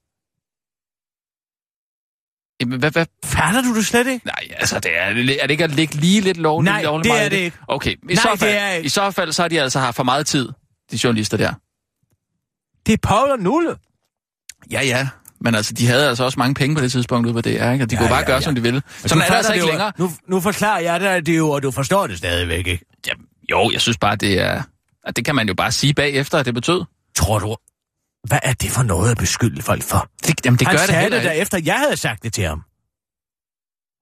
Speaker 2: Jamen, hvad, hvad?
Speaker 4: Fatter du det slet ikke?
Speaker 2: Nej, altså, det er, er det ikke at ligge lige lidt lovligt?
Speaker 4: Nej,
Speaker 2: lovligt
Speaker 4: det
Speaker 2: meget
Speaker 4: er
Speaker 2: i
Speaker 4: det ikke.
Speaker 2: Okay, i,
Speaker 4: Nej,
Speaker 2: så
Speaker 4: det
Speaker 2: fald,
Speaker 4: er ikke.
Speaker 2: i så fald, så har de altså haft for meget tid, de journalister der.
Speaker 4: Det er Paul og Nulle.
Speaker 2: Ja, ja. Men altså, de havde altså også mange penge på det tidspunkt ude på DR, ikke? Og de ja, kunne bare ja, gøre, ja. som de ville. Sådan
Speaker 4: Nu
Speaker 2: er det altså
Speaker 4: fatter
Speaker 2: ikke
Speaker 4: jo-
Speaker 2: længere.
Speaker 4: Nu, nu forklarer jeg dig det jo, og du forstår det stadigvæk, ikke?
Speaker 2: Jamen, jo, jeg synes bare, det er... At det kan man jo bare sige bagefter, at det betød.
Speaker 4: Tror du, hvad er det for noget at beskylde folk for?
Speaker 2: Det, jamen, det
Speaker 4: han
Speaker 2: gør det
Speaker 4: sagde
Speaker 2: heller
Speaker 4: det,
Speaker 2: ikke.
Speaker 4: derefter, jeg havde sagt det til ham.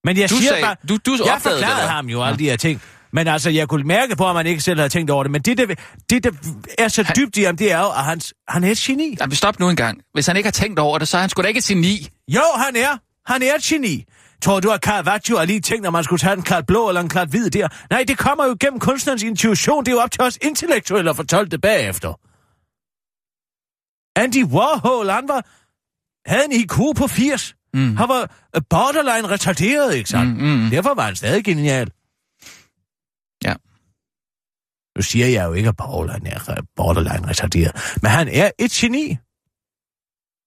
Speaker 4: Men jeg
Speaker 2: Du,
Speaker 4: siger
Speaker 2: sagde,
Speaker 4: bare,
Speaker 2: du, du
Speaker 4: jeg
Speaker 2: opdagede det
Speaker 4: forklarede
Speaker 2: der.
Speaker 4: ham jo alle de her ting. Men altså, jeg kunne mærke på, at man ikke selv havde tænkt over det. Men det, der, det, der er så
Speaker 2: Han-
Speaker 4: dybt i ham, det er jo, at han, han er et geni.
Speaker 2: Jamen, stop nu en gang. Hvis han ikke har tænkt over det, så er han sgu da ikke et geni.
Speaker 4: Jo, han er. Han er et geni. Tror du, at Caravaggio har lige tænkt, at man skulle tage en klart blå eller en klart hvid der? Nej, det kommer jo gennem kunstnerens intuition. Det er jo op til os intellektuelle at fortolke det bagefter. Andy Warhol, han var, havde en IQ på 80. Mm. Han var øh, borderline retarderet, ikke sandt?
Speaker 2: Mm, mm, mm.
Speaker 4: Derfor var han stadig genial.
Speaker 2: Ja.
Speaker 4: Nu siger jeg jo ikke, at Paul han er re- borderline retarderet, men han er et geni.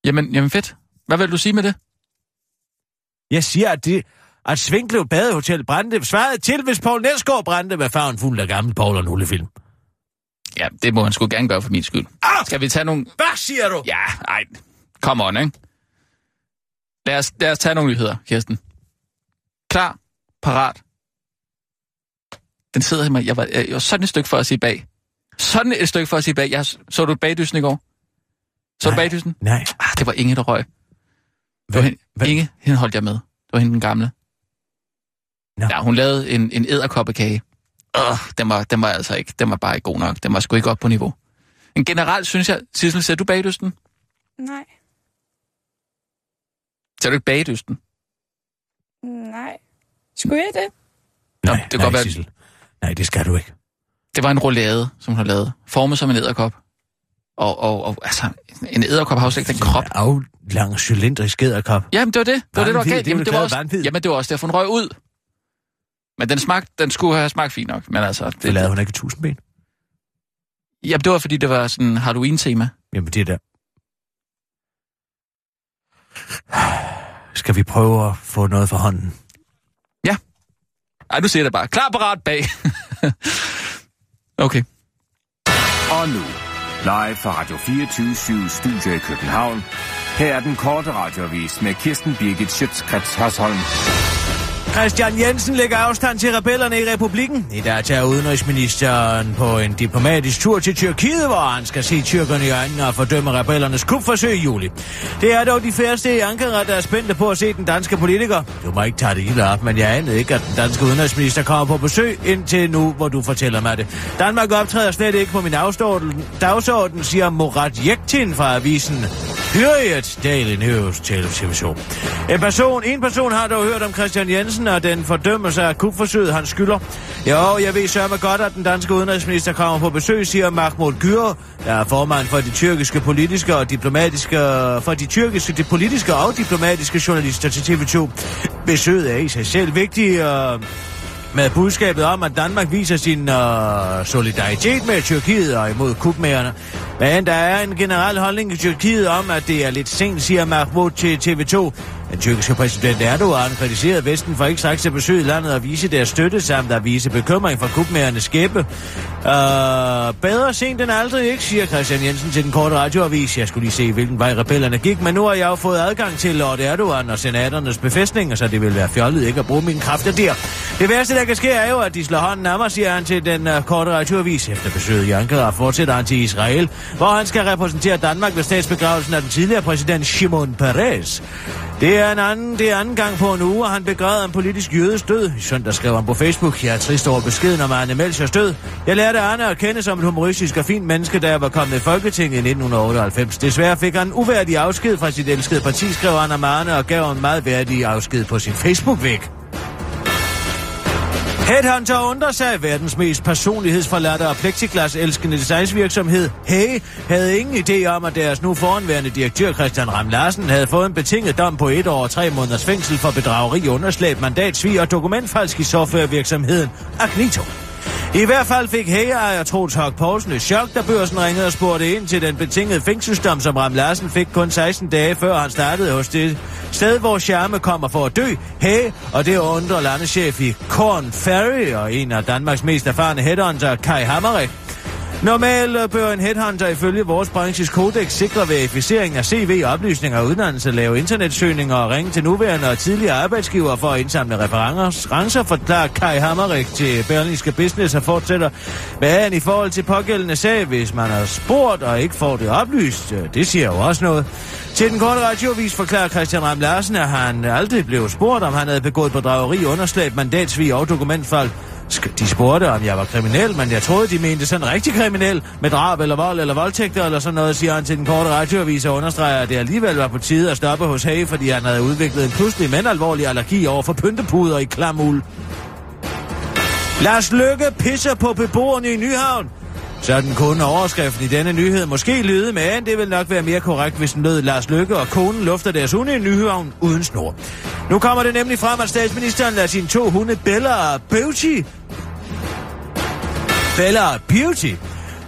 Speaker 2: Jamen, jamen fedt. Hvad vil du sige med det?
Speaker 4: Jeg siger, at, det, at Svinklev Badehotel brændte svarede til, hvis Paul Nesgaard brændte med farven fuld af gammel Paul og Nullefilm.
Speaker 2: Ja, det må han sgu gerne gøre for min skyld.
Speaker 4: Ah!
Speaker 2: Skal vi tage nogle...
Speaker 4: Hvad siger du?
Speaker 2: Ja, ej. Come on, ikke? Lad os, lad os tage nogle nyheder, Kirsten. Klar, parat. Den sidder i mig. Jeg var, jeg var sådan et stykke for at sige bag. Sådan et stykke for at sige bag. Jeg, så du bagdysten i går? Så du
Speaker 4: Nej.
Speaker 2: bagdysten?
Speaker 4: Nej.
Speaker 2: Ah, det var Inge, der røg. Det var hende,
Speaker 4: Hvem?
Speaker 2: Inge, hende holdt jeg med. Det var hende den gamle.
Speaker 4: Nå.
Speaker 2: Ja, hun lavede en, en æderkoppekage. Øh, den var, den var altså ikke, den var bare ikke god nok. Den var sgu ikke op på niveau. Men generelt synes jeg, Sissel, ser du bagdysten?
Speaker 5: Nej.
Speaker 2: Ser du ikke bagdysten?
Speaker 5: Nej. Skulle jeg det?
Speaker 2: Nå,
Speaker 4: Nej,
Speaker 2: det kan
Speaker 4: nej,
Speaker 2: godt være-
Speaker 4: Sissel. Nej, det skal du ikke.
Speaker 2: Det var en roulade, som hun har lavet. Formet som en æderkop. Og, og, og altså, en æderkop har jo slet ikke den krop.
Speaker 4: En aflang cylindrisk æderkop.
Speaker 2: Jamen, det var det. Det var det, der var
Speaker 4: Vanvid,
Speaker 2: galt.
Speaker 4: det
Speaker 2: Jamen,
Speaker 4: ville
Speaker 2: det var
Speaker 4: kræve
Speaker 2: også,
Speaker 4: vanvid.
Speaker 2: jamen, det var også derfor, hun røg ud. Men den, smagte, den skulle have smagt fint nok. Men altså,
Speaker 4: Det
Speaker 2: det,
Speaker 4: lavede hun ikke i tusindben.
Speaker 2: jamen, det var fordi, det var sådan Halloween-tema.
Speaker 4: Jamen, det der. Skal vi prøve at få noget for hånden?
Speaker 2: Ej, nu siger jeg det bare. Klar, parat, bag. okay.
Speaker 6: Og nu, live fra Radio 24 Studio i København. Her er den korte radiovis med Kirsten Birgit Schøtzgrads Hasholm.
Speaker 4: Christian Jensen lægger afstand til rebellerne i republikken. I dag tager udenrigsministeren på en diplomatisk tur til Tyrkiet, hvor han skal se tyrkerne i øjnene og fordømme rebellernes kupforsøg i juli. Det er dog de færreste i Ankara, der er spændte på at se den danske politiker. Du må ikke tage det ilde op, men jeg anede ikke, at den danske udenrigsminister kommer på besøg indtil nu, hvor du fortæller mig det. Danmark optræder slet ikke på min afstorden- dagsorden, siger Murat Yektin fra avisen Hyriet Daily News til TV2. En person, en person har dog hørt om Christian Jensen og den fordømmelse af kupforsøget, han skylder. Jo, jeg ved sørme godt, at den danske udenrigsminister kommer på besøg, siger Mahmoud Gyr, der er formand for de tyrkiske politiske og diplomatiske, for de tyrkiske de politiske og diplomatiske journalister til TV2. Besøget er i sig selv vigtigt, øh, med budskabet om, at Danmark viser sin øh, solidaritet med Tyrkiet og imod kubmærerne. Men der er en generel holdning i Tyrkiet om, at det er lidt sent, siger Mahmoud til TV2. Den tyrkiske præsident Erdogan kritiserede Vesten for ikke straks at besøge landet og vise deres støtte, samt at vise bekymring for kubmærernes skæbne. Øh, bedre sent end aldrig, ikke, siger Christian Jensen til den korte radioavis. Jeg skulle lige se, hvilken vej rebellerne gik, men nu har jeg jo fået adgang til Lord Erdogan og senaternes befæstninger, så det vil være fjollet ikke at bruge mine kræfter der. Det værste, der kan ske, er jo, at de slår hånden af mig, siger han til den uh, korte radioavis. Efter besøget i Ankara fortsætter han til Israel, hvor han skal repræsentere Danmark ved statsbegravelsen af den tidligere præsident Shimon Peres. Det er, en anden, det er anden gang på en uge, og han begravede en politisk jødes død. I søndag skrev han på Facebook, jeg er trist over beskeden om Arne Melchers død. Jeg lærte Arne at kende som et humoristisk og fint menneske, da jeg var kommet i Folketinget i 1998. Desværre fik han en uværdig afsked fra sit elskede parti, skrev han om Arne, og gav ham en meget værdig afsked på sin Facebook-væg. Headhunter undrer sig. Verdens mest personlighedsforladte og plexiglas-elskende designsvirksomhed, Hey, havde ingen idé om, at deres nu foranværende direktør Christian Ram Larsen havde fået en betinget dom på et år og tre måneders fængsel for bedrageri, underslag, mandatsvig og dokumentfalsk i softwarevirksomheden Agnito. I hvert fald fik Hegeejer Troels Hogg Poulsen et chok, da børsen ringede og spurgte ind til den betingede fængselsdom, som Ram Larsen fik kun 16 dage før han startede hos det sted, hvor charme kommer for at dø. Hey, og det undrer landeschef i Korn Ferry og en af Danmarks mest erfarne headhunter, Kai Hammerik. Normalt øh, bør en headhunter ifølge vores branches kodex sikre verificering af CV, oplysninger og uddannelse, lave internetsøgninger og ringe til nuværende og tidligere arbejdsgivere for at indsamle referencer, forklarer Kai Hammerik til Berlingske Business og fortsætter. Hvad er han i forhold til pågældende sag, hvis man har spurgt og ikke får det oplyst? Øh, Det siger jo også noget. Til den korte radiovis forklarer Christian Ram Larsen, at han aldrig blev spurgt, om han havde begået bedrageri, underslag, mandatsvig og dokumentfald. Sk- De spurgte, om jeg var kriminel, men jeg troede, de mente sådan rigtig kriminel, med drab eller vold eller voldtægter eller sådan noget, siger han til den korte radioavis og understreger, at det alligevel var på tide at stoppe hos Hage, fordi han havde udviklet en pludselig, men alvorlig allergi over for pyntepuder i klam uld. Lars Lykke pisser på beboerne i Nyhavn. Sådan kunne overskriften i denne nyhed måske lyde, men det vil nok være mere korrekt, hvis den lød Lars Lykke og konen lufter deres hunde i Nyhavn uden snor. Nu kommer det nemlig frem, at statsministeren lader sine to hunde Bella og Beauty Bella Beauty,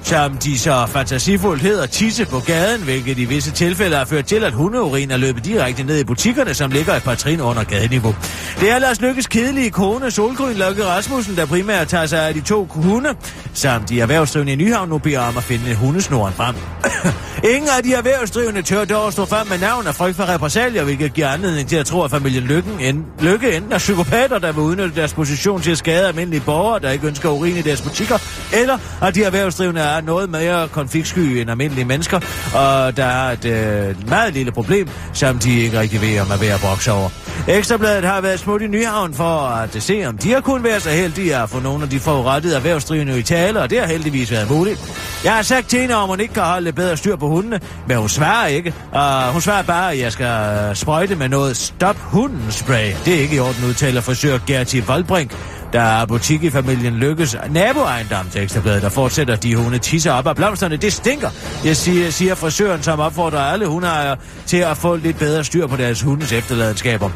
Speaker 4: som de så fantasifuldt hedder tisse på gaden, hvilket i visse tilfælde har ført til, at hundeurin er løbet direkte ned i butikkerne, som ligger et par trin under gadeniveau. Det er Lars Lykkes kedelige kone, Solgrøn Løkke Rasmussen, der primært tager sig af de to hunde, samt de erhvervsdrivende i Nyhavn nu beder om at finde hundesnoren frem. Ingen af de erhvervsdrivende tør dog at stå frem med navn af frygt for repressalier, hvilket giver anledning til at tro, at familien Lykken end, Lykke enten er psykopater, der vil udnytte deres position til at skade almindelige borgere, der ikke ønsker urin i deres butikker, eller at de erhvervsdrivende er noget mere konfliktsky end almindelige mennesker, og der er et øh, meget lille problem, som de ikke rigtig ved, om er ved at brokse over. Ekstrabladet har været smut i Nyhavn for at se, om de har kunnet være så heldige at få nogle af de forurettede erhvervsdrivende i tale, og det har heldigvis været muligt. Jeg har sagt til hende, om hun ikke kan holde lidt bedre styr på hundene, men hun svarer ikke. Og hun svarer bare, at jeg skal øh, sprøjte med noget stop hunden spray. Det er ikke i orden, udtaler frisør Gerti Voldbrink, der er butik i familien Lykkes naboejendom til Ekstrabladet, der fortsætter de hunde tisser op af blomsterne. Det stinker, jeg siger, siger frisøren, som opfordrer alle hundeejere til at få lidt bedre styr på deres hundes efterladenskaber.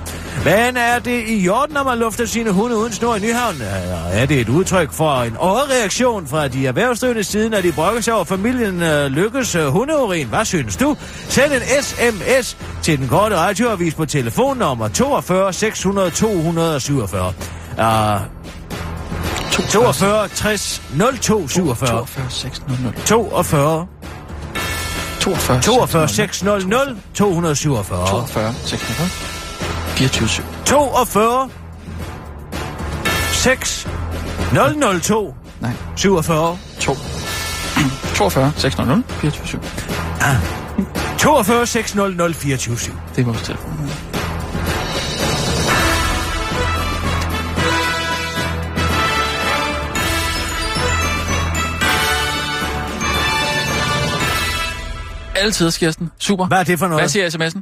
Speaker 4: Men er det i orden, når man lufter sine hunde uden snor i Nyhavn? Eller er det et udtryk for en overreaktion fra de erhvervsdrivende siden, at de brokker sig over familien øh, Lykkes øh, hundeurin? Hvad synes du? Send en sms til den korte radioavis på telefonnummer 42 600 247. Uh, 42 60 02 47
Speaker 2: 42 600
Speaker 4: 42
Speaker 2: 42
Speaker 4: 42 600 247
Speaker 2: 42 600 24 7.
Speaker 4: 42 6 002
Speaker 2: Nej,
Speaker 4: 47
Speaker 2: 2. 42 600 24 7.
Speaker 4: 42 600 24
Speaker 2: Det er vores telefon. Altid, Kirsten. Super.
Speaker 4: Hvad er det for noget?
Speaker 2: Hvad siger sms'en?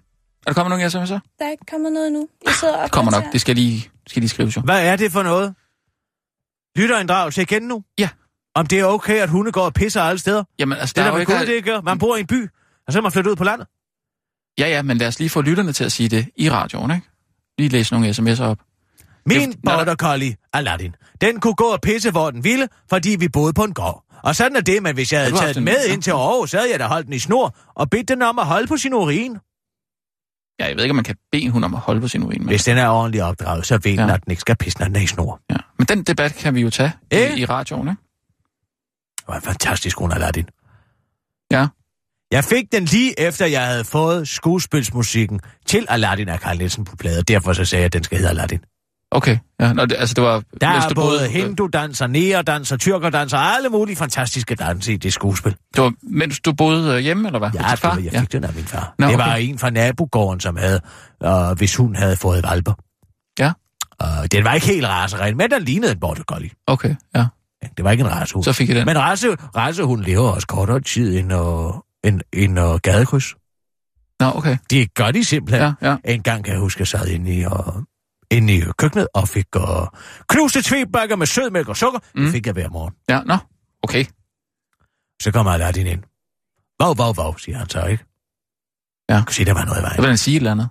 Speaker 2: Er der kommet nogen sms'er?
Speaker 5: Der er ikke kommet noget endnu. Jeg sidder og
Speaker 2: Det kommer nok.
Speaker 5: opdaterer.
Speaker 2: Det skal lige, skal lige skrives jo.
Speaker 4: Hvad er det for noget? Lytterinddragelse igen nu?
Speaker 2: Ja.
Speaker 4: Om det er okay, at hunde går og pisser alle steder?
Speaker 2: Jamen, altså,
Speaker 4: Det
Speaker 2: der
Speaker 4: er
Speaker 2: er
Speaker 4: da
Speaker 2: jo
Speaker 4: vel
Speaker 2: ikke...
Speaker 4: godt, det ikke gør. Man bor i en by, og så er man flyttet ud på landet.
Speaker 2: Ja, ja, men lad os lige få lytterne til at sige det i radioen, ikke? Lige læse nogle sms'er op.
Speaker 4: Min
Speaker 2: Det- nej, nej.
Speaker 4: border collie, Aladdin, den kunne gå og pisse, hvor den ville, fordi vi boede på en gård. Og sådan er det, men hvis jeg
Speaker 2: Ja,
Speaker 4: havde
Speaker 2: du har
Speaker 4: taget
Speaker 2: haft
Speaker 4: den
Speaker 2: en-
Speaker 4: med
Speaker 2: ja.
Speaker 4: ind til Aarhus, så havde jeg da holdt den i snor og bedt den om at holde på sin urin.
Speaker 2: Ja, jeg ved ikke, om man kan bede hun om at holde på sin urin. Men,
Speaker 4: Hvis den er ordentligt opdraget, så ved den,
Speaker 2: Ja.
Speaker 4: at den ikke skal pisse, når den er i snor.
Speaker 2: ja. men den debat kan vi jo tage
Speaker 4: Ikke?
Speaker 2: i, i radioen, ikke?
Speaker 4: Det var en fantastisk hun, Aladdin.
Speaker 2: Ja.
Speaker 4: Jeg fik den lige efter, jeg havde fået skuespilsmusikken til Aladdin af Carl Nielsen på plade. Derfor så sagde jeg, at den skal hedde Aladdin.
Speaker 2: Okay, ja. Nå, det, altså, det var...
Speaker 4: Der
Speaker 2: altså,
Speaker 4: er
Speaker 2: det
Speaker 4: både hindu-danser, nære-danser, tyrker-danser, alle mulige fantastiske danser i det skuespil.
Speaker 2: Det var, mens du boede øh, hjemme, eller hvad? Hos
Speaker 4: Ja,
Speaker 2: din
Speaker 4: det
Speaker 2: far?
Speaker 4: var, jeg
Speaker 2: ja.
Speaker 4: fik den af min far. Nå,
Speaker 2: Nå,
Speaker 4: det
Speaker 2: okay.
Speaker 4: var en fra nabogården, som havde, øh, hvis hun havde fået valper.
Speaker 2: Ja.
Speaker 4: Øh, den var ikke helt raseren, men den lignede en border collie.
Speaker 2: Okay, ja.
Speaker 4: Det var ikke en racehund.
Speaker 2: Så fik jeg den. Men...
Speaker 4: Men race, racehund lever også kortere tid end, øh, end, end øh, gadekryds.
Speaker 2: Nå, okay.
Speaker 4: Det gør de simpelthen.
Speaker 2: Ja, ja.
Speaker 4: En gang kan jeg huske, jeg sad inde i, og, inde i køkkenet og fik øh, knuste tvebakker med sødmælk og sukker. Mm.
Speaker 2: Mm.
Speaker 4: Det fik jeg hver morgen.
Speaker 2: Ja, nå. Okay.
Speaker 4: Så kommer Aladdin ind. Vov, vov, vov, siger han så, ikke?
Speaker 2: Ja.
Speaker 4: Jeg kan sige, der var noget i vejen.
Speaker 2: Jeg vil den sige et eller andet.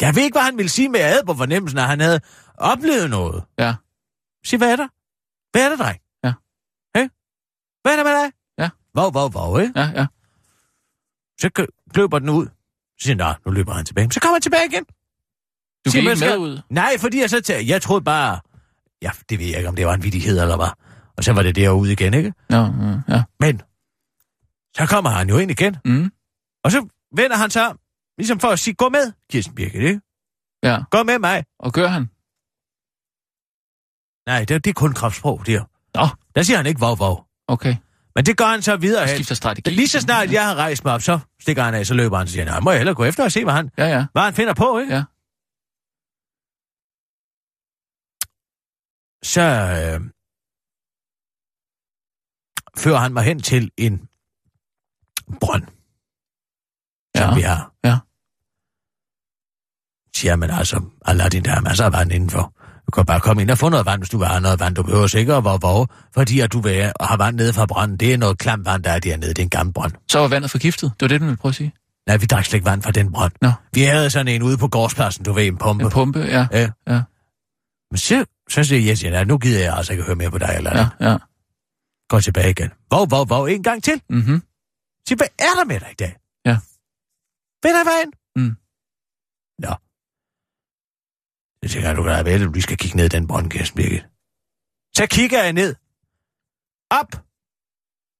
Speaker 4: Jeg ved ikke, hvad han ville sige, men jeg havde på fornemmelsen, at han havde oplevet noget.
Speaker 2: Ja.
Speaker 4: Sig, hvad er der? Hvad er der, dreng?
Speaker 2: Ja.
Speaker 4: Hey? Hvad er der med dig?
Speaker 2: Ja.
Speaker 4: Vov, vov, vov, ikke?
Speaker 2: Ja, ja.
Speaker 4: Så kø- løber den ud. Så siger han, "Nå, nu løber han tilbage. Så kommer han tilbage igen.
Speaker 2: Du
Speaker 4: Sig,
Speaker 2: gik
Speaker 4: hvad
Speaker 2: ikke med
Speaker 4: skal-
Speaker 2: ud.
Speaker 4: Nej, fordi jeg så tæ- jeg troede bare, ja, det ved jeg ikke, om det var en vidighed eller hvad. Og så var det derude igen, ikke?
Speaker 2: Nå, ja, ja.
Speaker 4: Men så kommer han jo ind igen,
Speaker 2: Mm.
Speaker 4: og så vender han sig om, ligesom for at sige, gå med, Kirsten Birgit, ikke?
Speaker 2: Ja.
Speaker 4: Gå med mig.
Speaker 2: Og gør han?
Speaker 4: Nej, det, det er kun kropssprog, det her.
Speaker 2: Nå,
Speaker 4: Der siger han ikke, vov, vov.
Speaker 2: Okay.
Speaker 4: Men det gør han så videre
Speaker 2: Jeg
Speaker 4: hen.
Speaker 2: skifter strategi.
Speaker 4: Lige så snart jeg har rejst mig op, så stikker han af, så løber han og siger, nej, må jeg hellere gå efter og se, hvad han,
Speaker 2: Ja, ja.
Speaker 4: hvad han finder på, ikke?
Speaker 2: Ja.
Speaker 4: Så øh, fører han mig hen til en brønd, som
Speaker 2: Ja.
Speaker 4: vi har.
Speaker 2: Ja.
Speaker 4: Siger man altså, Aladdin, der er masser af vand indenfor. Du kan bare komme ind og få noget vand, hvis du vil have noget vand. Du behøver sikkert hvor, hvor, fordi at du vil have vand nede fra branden. Det er noget klamt vand, der er dernede. Det er en gammel brønd.
Speaker 2: Så var vandet forgiftet. Det var det, du ville prøve at sige.
Speaker 4: Nej, vi drak slet ikke vand fra den brønd.
Speaker 2: Nå.
Speaker 4: Vi havde sådan en ude på gårdspladsen, du ved, en pumpe.
Speaker 2: En pumpe, ja.
Speaker 4: Ja.
Speaker 2: Ja.
Speaker 4: Men så, så siger jeg, ja, nu gider jeg altså ikke høre mere på dig, eller
Speaker 2: Ja,
Speaker 4: ja.
Speaker 2: ja.
Speaker 4: gå tilbage igen. Hvor, hvor, hvor, en gang til.
Speaker 2: Mm-hmm.
Speaker 4: Sig, hvad er der med dig i dag?
Speaker 2: Ja.
Speaker 4: Ved dig vejen?
Speaker 2: Mm.
Speaker 4: Nå. Så tænker jeg, du kan da vælge, du lige skal kigge ned i den brøndkæst, Birgit. Så kigger jeg ned. Op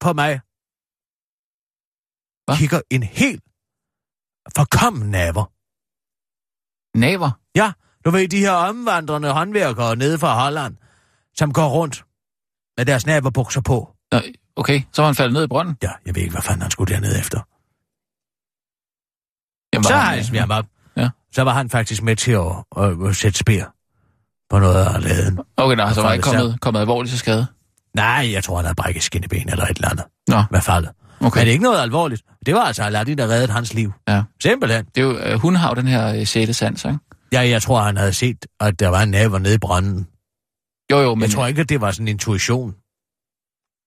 Speaker 4: på mig.
Speaker 2: Hva?
Speaker 4: Kigger en helt forkommen naver.
Speaker 2: Naver.
Speaker 4: Ja, du ved, de her omvandrende håndværkere nede fra Holland, som går rundt med deres naverbukser på.
Speaker 2: Nå, okay, så var han faldet ned i brønden.
Speaker 4: Ja, jeg ved ikke, hvad fanden han skulle dernede efter.
Speaker 2: Jamen,
Speaker 4: Så
Speaker 2: var øh,
Speaker 4: har jeg smidt ham op.
Speaker 2: Ja.
Speaker 4: Så var han faktisk med til at, at, at sætte spir på noget af laden.
Speaker 2: Okay, nej, så var jeg ikke
Speaker 4: Faldet
Speaker 2: kommet, kommet alvorligt til skade.
Speaker 4: Nej, jeg tror, han havde brækket skinneben eller et eller andet.
Speaker 2: Nå.
Speaker 4: Hvad faldet. Okay.
Speaker 2: Okay.
Speaker 4: Men det er ikke noget alvorligt. Det var altså Aladdin, der reddede hans liv.
Speaker 2: Ja.
Speaker 4: Simpelthen.
Speaker 2: Det er jo, øh, hun har jo den her øh, sjette sans, ikke?
Speaker 4: Ja, jeg tror, han havde set, at der var en naver nede i branden.
Speaker 2: Jo,
Speaker 4: Men...
Speaker 2: jo, men... Mm,
Speaker 4: Jeg tror ikke, at det var sådan en intuition.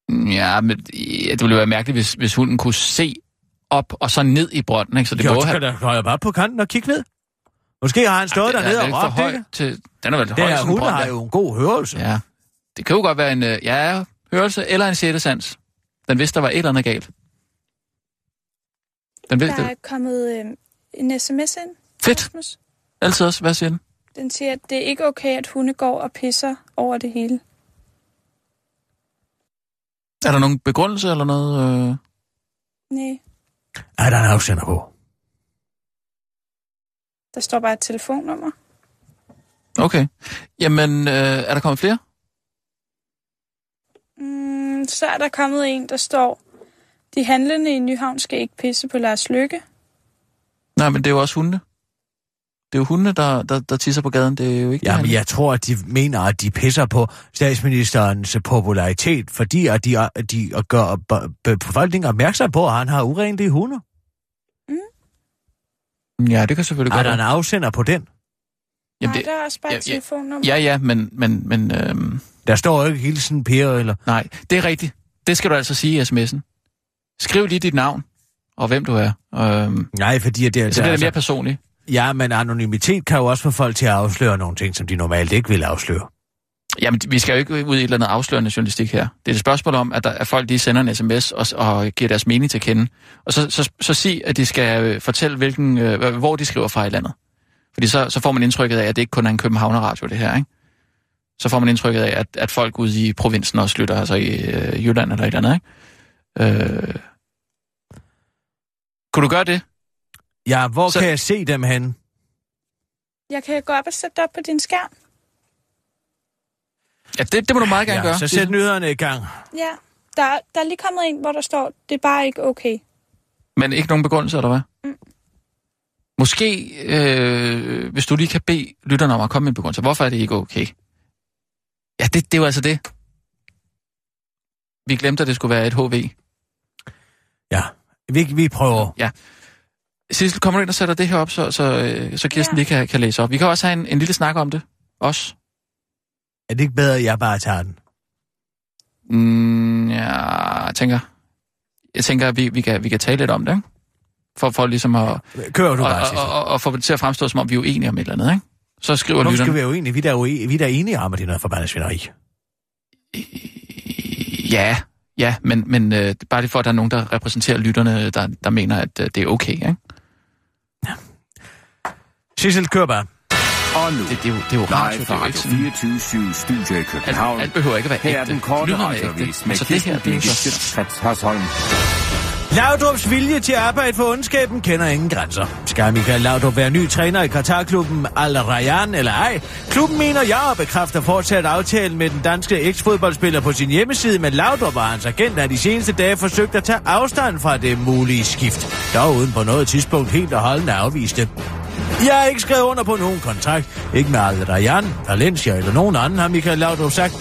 Speaker 2: Ja, men ja, det ville være mærkeligt, hvis, hvis hunden kunne se op og så ned i brønden, ikke? Så det
Speaker 4: jo,
Speaker 2: må
Speaker 4: du
Speaker 2: have...
Speaker 4: kan da holde bare på kanten og kigge ned. Måske har han stået
Speaker 2: Den er
Speaker 4: dernede
Speaker 2: vel
Speaker 4: og
Speaker 2: ikke for
Speaker 4: råbt,
Speaker 2: høj
Speaker 4: ikke?
Speaker 2: til... Den er vel høj
Speaker 4: Det her
Speaker 2: sådan en
Speaker 4: hund
Speaker 2: brønd,
Speaker 4: har
Speaker 2: der.
Speaker 4: jo en god hørelse.
Speaker 2: Ja. Det kan jo godt være en øh, ja, hørelse eller en sjette sans. Den vidste, der var et eller andet galt. Den vidste...
Speaker 5: Der er kommet øh, en sms ind.
Speaker 2: Fedt!
Speaker 5: Rasmus.
Speaker 2: Altid også. Hvad siger den?
Speaker 5: Den siger, at det er ikke okay, at hunde går og pisser over det hele.
Speaker 2: Er der nogen begrundelse eller noget? Øh...
Speaker 5: Nej,
Speaker 4: Ja, der er en afsender på.
Speaker 5: der står bare et telefonnummer.
Speaker 2: Okay. Jamen, øh, er der kommet flere?
Speaker 5: Mm, så er der kommet en, der står, de handlende i Nyhavn skal ikke pisse på Lars Lykke.
Speaker 2: Nej, men det er jo også hunde. Det er jo hunde, der, der, der tisser på gaden. Det er jo ikke
Speaker 4: Jamen,
Speaker 2: derhenne.
Speaker 4: jeg tror, at de mener, at de pisser på statsministerens popularitet, fordi at de, at de gør be- be- befolkningen opmærksom på, at han har urent i hunde.
Speaker 2: Ja, det kan selvfølgelig
Speaker 4: Er
Speaker 2: godt
Speaker 4: der en
Speaker 2: være.
Speaker 4: afsender på den?
Speaker 5: Jamen,
Speaker 2: Jamen,
Speaker 5: Nej, det...
Speaker 2: det,
Speaker 5: der er også bare et
Speaker 2: Ja, ja,
Speaker 5: telefonnummer.
Speaker 2: ja, ja, men, men, men øhm,
Speaker 4: Der står jo ikke hilsen, Per, eller...
Speaker 2: nej, det er rigtigt. Det skal du altså sige i sms'en. Skriv lige dit navn, og hvem du er. Øhm,
Speaker 4: Nej, fordi at det,
Speaker 2: så bliver det
Speaker 4: altså-
Speaker 2: mere personligt.
Speaker 4: Ja, men anonymitet kan jo også få folk til at afsløre nogle ting, som de normalt ikke vil afsløre.
Speaker 2: Jamen, vi skal jo ikke ud i et eller andet afslørende journalistik her. Det er et spørgsmål om, at, der, at folk lige sender en sms og, og giver deres mening til at kende. Og så, så, så sig, at de skal øh, fortælle, hvilken, øh, hva- hvor de skriver fra i landet. Fordi så, så får man indtrykket af, at det ikke kun er en københavneradio, det her, ikke? Så får man indtrykket af, at, at folk ude i provinsen også lytter, altså i øh, Jylland eller et eller andet, ikke? Øh... Kunne du gøre det?
Speaker 4: Ja, hvor
Speaker 2: Så-
Speaker 4: så... kan jeg se dem hen?
Speaker 5: Jeg kan gå op og sætte det op på din skærm.
Speaker 2: Ja, det, det må du meget gerne
Speaker 4: Ja,
Speaker 2: gøre.
Speaker 4: så sæt nyhederne i gang.
Speaker 5: Ja, der, der er lige kommet en, hvor der står, det er bare ikke okay.
Speaker 2: Men ikke nogen begrundelse, eller hvad? Mm. Måske, øh, hvis du lige kan bede lytterne om at komme med en begrundelse. Hvorfor er det ikke okay? Ja, det, det er jo altså det. Vi glemte, at det skulle være et HV.
Speaker 4: Ja, vi, vi prøver.
Speaker 2: Sissel, kommer du ind og sætter det her op, så, så, øh, så Kirsten
Speaker 5: Ja.
Speaker 2: ja. lige kan, kan læse op. Vi kan også have en, en lille snak om det. Også.
Speaker 4: Er det ikke bedre, at jeg bare tager den?
Speaker 2: Mm, ja, jeg tænker, jeg tænker at vi, vi, kan, vi kan tale lidt om det, ikke? For, for ligesom at,
Speaker 4: Kører du
Speaker 2: og,
Speaker 4: bare,
Speaker 2: og, og, og få det til at fremstå, som om vi er uenige om et eller andet, ikke? Så skriver
Speaker 4: Nu skal
Speaker 2: lytterne.
Speaker 4: vi jo egentlig, vi er da, ue- vi er da enige om, at det er noget forbandet svineri.
Speaker 2: Ja, ja, men, men øh, det er bare lige for, at der er nogen, der repræsenterer lytterne, der, der mener, at øh, det er okay, ikke?
Speaker 4: Sissel, kør bare.
Speaker 6: Og nu,
Speaker 2: Det, det, er jo, det er jo radio,
Speaker 6: live
Speaker 2: det er jo
Speaker 6: fra
Speaker 2: ikke sådan...
Speaker 6: Radio 24 Studio i
Speaker 2: Alt,
Speaker 6: København.
Speaker 2: alt behøver ikke at være
Speaker 6: Her er
Speaker 2: ægte.
Speaker 6: den korte
Speaker 2: Lytterne er
Speaker 6: radiovis
Speaker 2: ægte.
Speaker 6: med
Speaker 2: Altså, det
Speaker 6: Kirsten
Speaker 2: her, det er
Speaker 6: Birgit
Speaker 2: så...
Speaker 6: Schøtzgrads Hasholm.
Speaker 4: Laudrups vilje til at arbejde for ondskaben kender ingen grænser. Skal Michael Laudrup være ny træner i Katarklubben Al Rayyan eller ej? Klubben mener ja og bekræfter fortsat aftalen med den danske eksfodboldspiller på sin hjemmeside, men Laudrup og hans agent har de seneste dage forsøgt at tage afstand fra det mulige skift, dog uden på noget tidspunkt helt og holdende afvist det. Jeg har ikke skrevet under på nogen kontrakt. Ikke med Al Rayan, Valencia eller nogen anden, har Michael Laudrup sagt.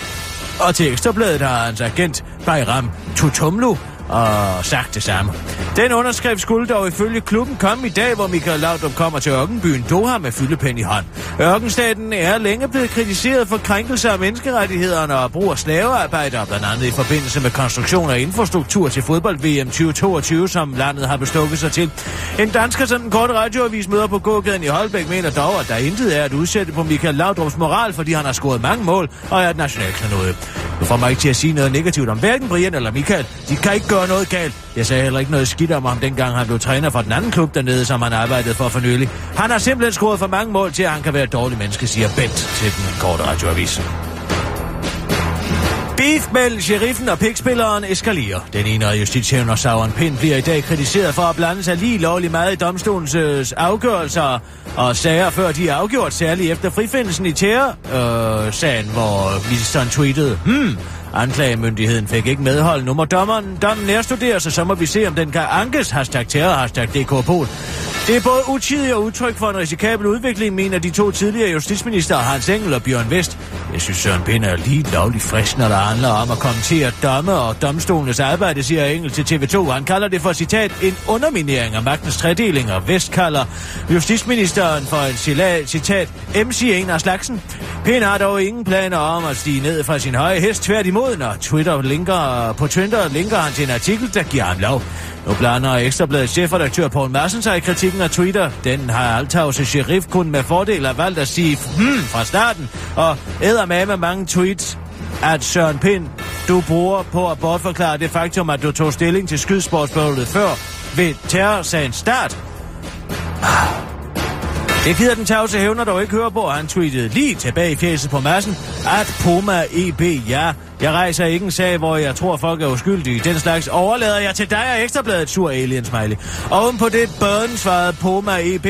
Speaker 4: Og til Ekstrabladet har hans agent Bayram Tutumlu og sagt det samme. Den underskrift skulle dog ifølge klubben komme i dag, hvor Michael Laudrup kommer til ørkenbyen Doha med fyldepen i hånd. Ørkenstaten er længe blevet kritiseret for krænkelser af menneskerettighederne og brug af slavearbejdere, blandt andet i forbindelse med konstruktion af infrastruktur til fodbold-VM 2022, som landet har bestukket sig til. En dansker, som den korte radioavis møder på gågaden i Holbæk, mener dog, at der intet er at udsætte på Michael Laudrups moral, fordi han har scoret mange mål og er et nationalklenode. Du får mig ikke til at sige noget negativt om hverken Brian eller Michael. De kan ikke gøre noget galt. Jeg sagde heller ikke noget skidt om ham, dengang han blev træner for den anden klub dernede, som han arbejdede for for nylig. Han har simpelthen scoret for mange mål til, at han kan være et dårligt menneske, siger Bent til den korte radioavis. Beef mellem sheriffen og pikspilleren eskalerer. Den ene af justitshævner Sauron Pind bliver i dag kritiseret for at blande sig lige lovlig meget i domstolens øh, afgørelser og sager, før de er afgjort, særligt efter frifindelsen i Tjære, øh, sagen, hvor Wilson tweetede, hmm, Anklagemyndigheden fik ikke medhold. Nu må dommeren dommen nærstudere sig, så må vi se, om den kan ankes. Hashtag terror, hashtag DKPol. Det er både utidigt og udtryk for en risikabel udvikling, mener de to tidligere justitsminister Hans Engel og Bjørn Vest. Jeg synes, Søren Pind er lige lovlig frisk, når der handler om at kommentere domme og domstolenes arbejde, siger Engel til TV2. Han kalder det for, citat, en underminering af magtens tredeling, og Vest kalder justitsministeren for en sila- citat, MC en af slagsen. Pind har dog ingen planer om at stige ned fra sin høje hest, tværtimod, når Twitter linker, på Twitter linker han til en artikel, der giver ham lov. Nu blander Ekstrabladets chefredaktør Poul Madsen sig i kritikken af Twitter. Den har Altavse Sheriff kun med fordel af valgt at sige hmm fra starten, og æder med med mange tweets at Søren Pind, du bruger på at bortforklare det faktum, at du tog stilling til skydsportsbøvlet før ved terrorsagens start. Det gider den tavse hævner dog ikke høre på, og han tweetede lige tilbage i fjeset på massen, at Puma EB, ja, jeg rejser ikke en sag, hvor jeg tror, folk er uskyldige. Den slags overlader jeg til dig og Ekstrabladet, sur alien smiley. Oven på det børn svarede Puma EB,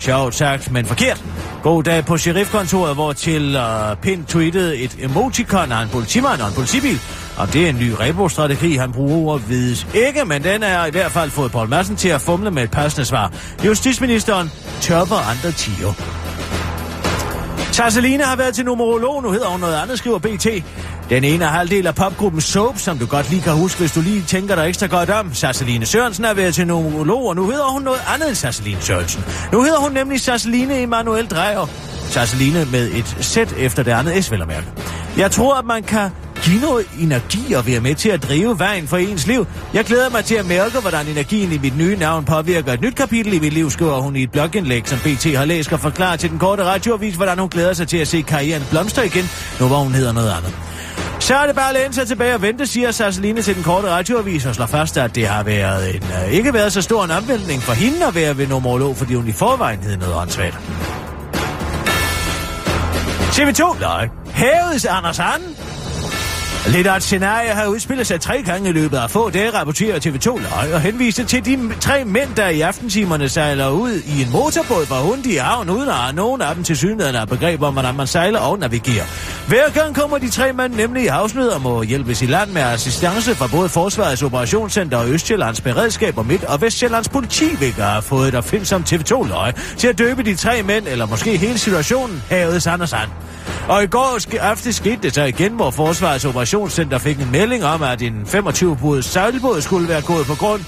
Speaker 4: Sjovt sagt, men forkert. God dag på sheriffkontoret, hvor til uh, Pind tweetede et emoticon af en politimand og en politibil. Og det er en ny rebo-strategi, han bruger ordet vides ikke, men den er i hvert fald fået Poul Madsen til at fumle med et passende svar. Justitsministeren topper andre tiger. Tarseline har været til numerolog, nu hedder hun noget andet, skriver BT. Den ene halvdel af popgruppen Soap, som du godt lige kan huske, hvis du lige tænker dig ekstra godt om. Sasseline Sørensen har været til numerolog, og nu hedder hun noget andet end Sasseline Sørensen. Nu hedder hun nemlig Sasseline Emanuel Drejer. Sasseline med et sæt efter det andet S, vel at mærke. Jeg tror, at man kan give noget energi og være med til at drive vejen for ens liv. Jeg glæder mig til at mærke, hvordan energien i mit nye navn påvirker et nyt kapitel i mit liv, skriver hun i et blogindlæg, som BT har læst og forklarer til den korte radioavis, hvordan hun glæder sig til at se karrieren blomstre igen, nu hvor hun hedder noget andet. Så er det bare at læne sig tilbage og vente, siger Sasseline til den korte radioavis og slår fast, at det har været en, øh, ikke været så stor en omvæltning for hende at være ved numerolog, fordi hun i forvejen hed noget åndssvagt. TV2 Løg. Havets Anders Anden. Lidt af et scenarie har udspillet sig tre gange i løbet af få dage, rapporterer TV2 Løg og henviste til de tre mænd, der i aftentimerne sejler ud i en motorbåd fra Hundi i havn, uden at have nogen af dem til synligheden har begreb om, hvordan man sejler og navigerer. Hver gang kommer de tre mænd nemlig i havsnød og må hjælpes i land med assistance fra både Forsvarets Operationscenter og Østjyllands Beredskab og Midt- og Vestjyllands Politi, hvilket har fået et opfindsomt TV2 Løg til at døbe de tre mænd, eller måske hele situationen, havets Anders Sand. Og i går sk- aftes skete det så igen, hvor Forsvarets Operationscenter fik en melding om, at en 25-bodet sejlbåd skulle være gået på grund.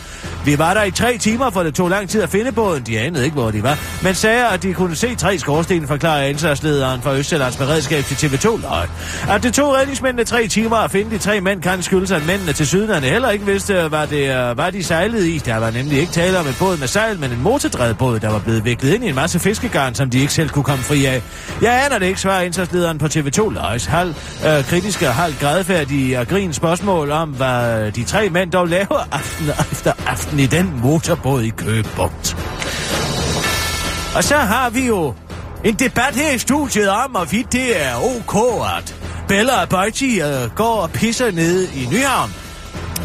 Speaker 4: Vi var der i tre timer, for det tog lang tid at finde båden. De anede ikke, hvor de var. Men sagde, at de kunne se tre skorsten, forklarer indsatslederen fra Østjyllands Beredskab til TV2 Løg. At det tog redningsmændene tre timer at finde de tre mænd, kan skyldes, at mændene til sydlandet heller ikke vidste, hvad, det, øh, hvad de sejlede i. Der var nemlig ikke tale om en båd med sejl, men en motordrevet båd, der var blevet viklet ind i en masse fiskegarn, som de ikke selv kunne komme fri af. Jeg aner det ikke, svarer indsatslederen på TV2 Løgs halv, øh, kritiske og halvt grædfærdige og grin spørgsmål om, hvad de tre mænd dog laver aften efter aften i den motorbåd i Købugt. Og så har vi jo en debat her i studiet om, hvorvidt det er ok, at Bella og Bøjti øh, går og pisser ned i Nyhavn.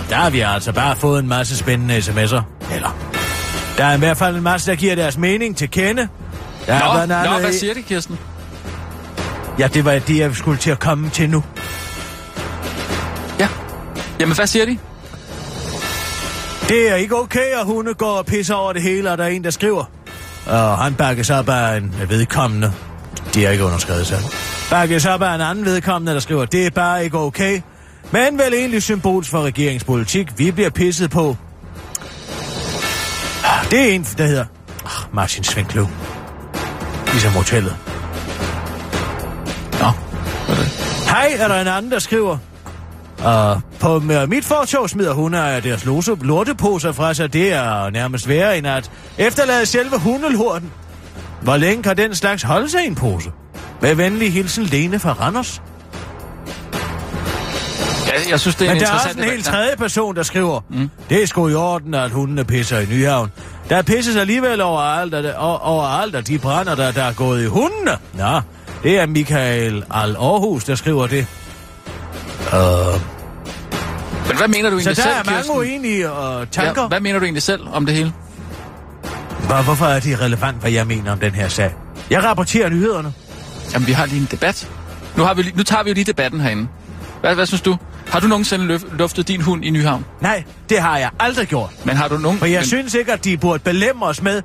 Speaker 4: Der har vi altså bare fået en masse spændende sms'er. Eller, der er i hvert fald en masse, der giver deres mening til kende. Der er
Speaker 2: Nå,
Speaker 4: blandt andet
Speaker 2: nå, hvad
Speaker 4: en-
Speaker 2: siger det, Kirsten?
Speaker 4: Ja, det var det, jeg skulle til at komme til nu.
Speaker 2: Ja. Jamen, hvad siger de?
Speaker 4: Det er ikke okay, at hunde går og pisser over det hele, og der er en, der skriver. Og han bakkes op af en vedkommende. De har ikke underskrevet sig. Bakkes op af en anden vedkommende, der skriver, det er bare ikke okay. Men vel egentlig symbolsk for regeringspolitik. Vi bliver pisset på. Ah, Det er en, der hedder ah, Martin Svenkløv. Ligesom hotellet.
Speaker 2: Nå, hvad er det?
Speaker 4: Hej, er der en anden, der skriver? Uh, på med mit fortog smider hundeejer deres lose, lorteposer fra sig. Det er nærmest værre end at efterlade selve hundelorten. Hvor længe kan den slags holde sig i en pose? Med venlig hilsen Lene fra Randers.
Speaker 2: Jeg, jeg synes, det er
Speaker 4: Men
Speaker 2: en
Speaker 4: der er
Speaker 2: interessant...
Speaker 4: også en helt
Speaker 2: debat.
Speaker 4: tredje person, der skriver, mm. det er sgu i orden, at hundene pisser i Nyhavn. Der pisses alligevel overalt, og, det- o- overalt, og de brænder, der, der er gået i hundene. Nå, det er Michael Al Aarhus, der skriver det.
Speaker 2: Men hvad mener du
Speaker 4: Så
Speaker 2: egentlig
Speaker 4: der
Speaker 2: selv,
Speaker 4: er mange
Speaker 2: Kirsten?
Speaker 4: uenige øh, tanker.
Speaker 2: Ja, hvad mener du egentlig selv om det hele?
Speaker 4: Hvor, hvorfor er det relevant, hvad jeg mener om den her sag? Jeg rapporterer nyhederne.
Speaker 2: Jamen, vi har lige en debat. Nu, har vi, lige- nu tager vi jo lige debatten herinde. Hvad, hvad synes du? Har du nogensinde løf, luftet din hund i Nyhavn?
Speaker 4: Nej, det har jeg aldrig gjort.
Speaker 2: Men har du nogen...
Speaker 4: For jeg
Speaker 2: men,
Speaker 4: synes ikke, at de burde belemme os med...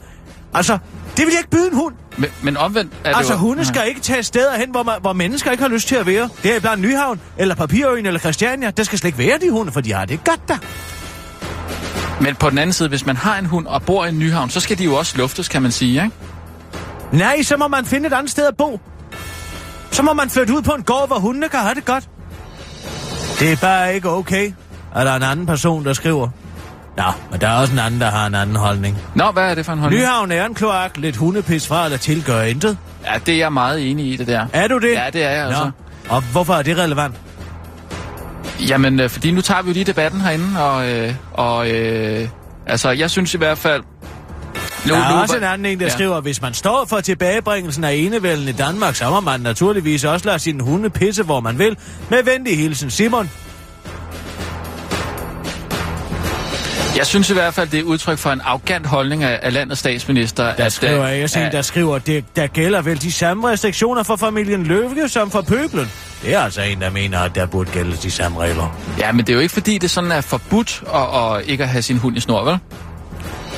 Speaker 4: Altså, det vil jeg ikke byde en hund.
Speaker 2: men, men omvendt er det
Speaker 4: altså,
Speaker 2: jo...
Speaker 4: hunde skal ikke tage steder hen, hvor, man, hvor mennesker ikke har lyst til at være. Det er blandt Nyhavn, eller Papirøen, eller Christiania. Der skal slet ikke være de hunde, for de har det godt der.
Speaker 2: Men på den anden side, hvis man har en hund og bor i Nyhavn, så skal de jo også luftes, kan man sige, ikke?
Speaker 4: Nej, så må man finde et andet sted at bo. Så må man flytte ud på en gård, hvor hundene kan have det godt. Det er bare ikke okay, at der er en anden person, der skriver. Nå, men der er også en anden, der har en anden holdning.
Speaker 2: Nå, hvad er det for en holdning?
Speaker 4: Nyhavn er en kloak, lidt hundepis fra eller tilgør intet.
Speaker 2: Ja, det er jeg meget enig i, det der.
Speaker 4: Er du det?
Speaker 2: Ja, det er jeg altså.
Speaker 4: Nå. Og hvorfor er det relevant?
Speaker 2: Jamen, øh, fordi nu tager vi jo lige debatten herinde, og... Øh, og øh, altså, jeg synes i hvert fald... Nu,
Speaker 4: Der er
Speaker 2: nu-
Speaker 4: også en anden en, der
Speaker 2: Ja.
Speaker 4: ja. skriver, hvis man står for tilbagebringelsen af enevælden i Danmark, så må man naturligvis også lade sine hunde pisse, hvor man vil. Med venlig hilsen, Simon.
Speaker 2: Jeg synes i hvert fald, det er udtryk for en arrogant holdning af, af landets statsminister.
Speaker 4: Der skriver jeg også en, der
Speaker 2: at,
Speaker 4: skriver, det, der gælder vel de samme restriktioner for familien Løvke som for pøblen. Det er altså en, der mener, at der burde gælde de samme regler.
Speaker 2: Ja, men det er jo ikke fordi, det sådan er forbudt at, at ikke at have sin hund i snor, vel?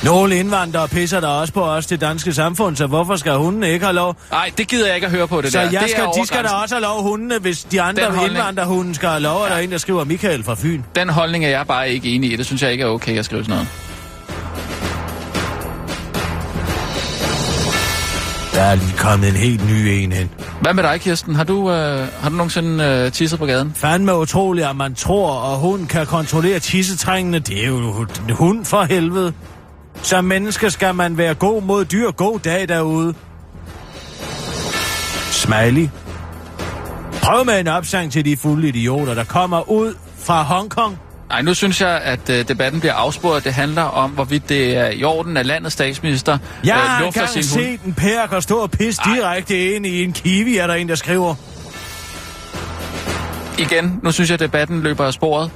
Speaker 4: Nogle indvandrere pisser der også på os, det danske samfund, så hvorfor skal hundene ikke have lov?
Speaker 2: Nej, det gider jeg ikke at høre på, det
Speaker 4: Så
Speaker 2: der.
Speaker 4: jeg
Speaker 2: det
Speaker 4: skal,
Speaker 2: er
Speaker 4: de skal da
Speaker 2: overgrænsen.
Speaker 4: også have lov hundene, hvis de
Speaker 2: Den
Speaker 4: andre
Speaker 2: holdning.
Speaker 4: indvandrerhunden skal have lov, og der er en, der skriver Michael fra Fyn.
Speaker 2: Den holdning er jeg bare ikke enig i. Det synes jeg ikke er okay at skrive sådan noget.
Speaker 4: Der er lige kommet en helt ny en ind.
Speaker 2: Hvad med dig, Kirsten? Har du, øh, har du nogensinde øh, tisset på gaden?
Speaker 4: Fandme utroligt, at man tror, at hunden kan kontrollere tissetrængene. Det er jo en hund for helvede. Som menneske skal man være god mod dyr. God dag derude. Smiley. Prøv med en opsang til de fulde idioter, der kommer ud fra Hongkong.
Speaker 2: Nej, nu synes jeg, at øh, debatten bliver afsporet. Det handler om, hvorvidt det er i orden, at landets statsminister
Speaker 4: Jeg har
Speaker 2: lufter
Speaker 4: engang
Speaker 2: Øh, sin hund.
Speaker 4: set en pærk og stå og pisse direkte ind i en kiwi, er der en, der skriver.
Speaker 2: igen, nu synes jeg, at debatten løber af sporet.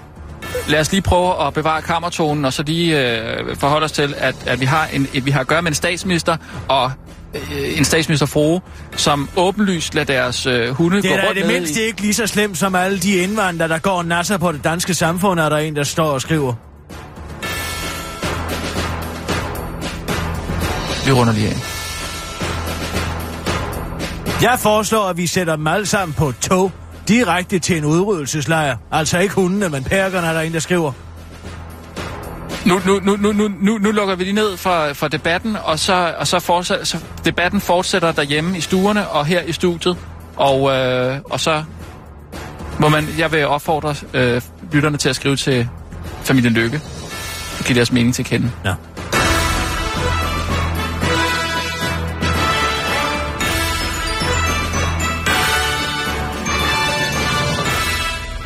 Speaker 2: Lad os lige prøve at bevare kammertonen, og så lige øh, forholde os til, at, at vi, har en, at vi har at gøre med en statsminister og øh, en statsministerfrue, som åbenlyst lader deres øh, hunde
Speaker 4: Det
Speaker 2: gå
Speaker 4: er da i
Speaker 2: rundt
Speaker 4: det
Speaker 2: nede
Speaker 4: mindste
Speaker 2: i...
Speaker 4: ikke lige så slemt som alle de indvandrere, der går og nasser på det danske samfund, er der en, der står og skriver.
Speaker 2: Vi runder lige af.
Speaker 4: Jeg foreslår, at vi sætter dem alle sammen på et tog direkte til en udryddelseslejr. Altså ikke hundene, men perkerne er der en, der skriver.
Speaker 2: Nu, nu, nu, nu, nu, nu, nu lukker vi lige ned for, for debatten, og så, og så, fortsæt, så debatten fortsætter derhjemme i stuerne og her i studiet. Og, øh, og så må man, jeg vil opfordre øh, lytterne til at skrive til familien Lykke. Og give deres mening til kende.
Speaker 4: Nå.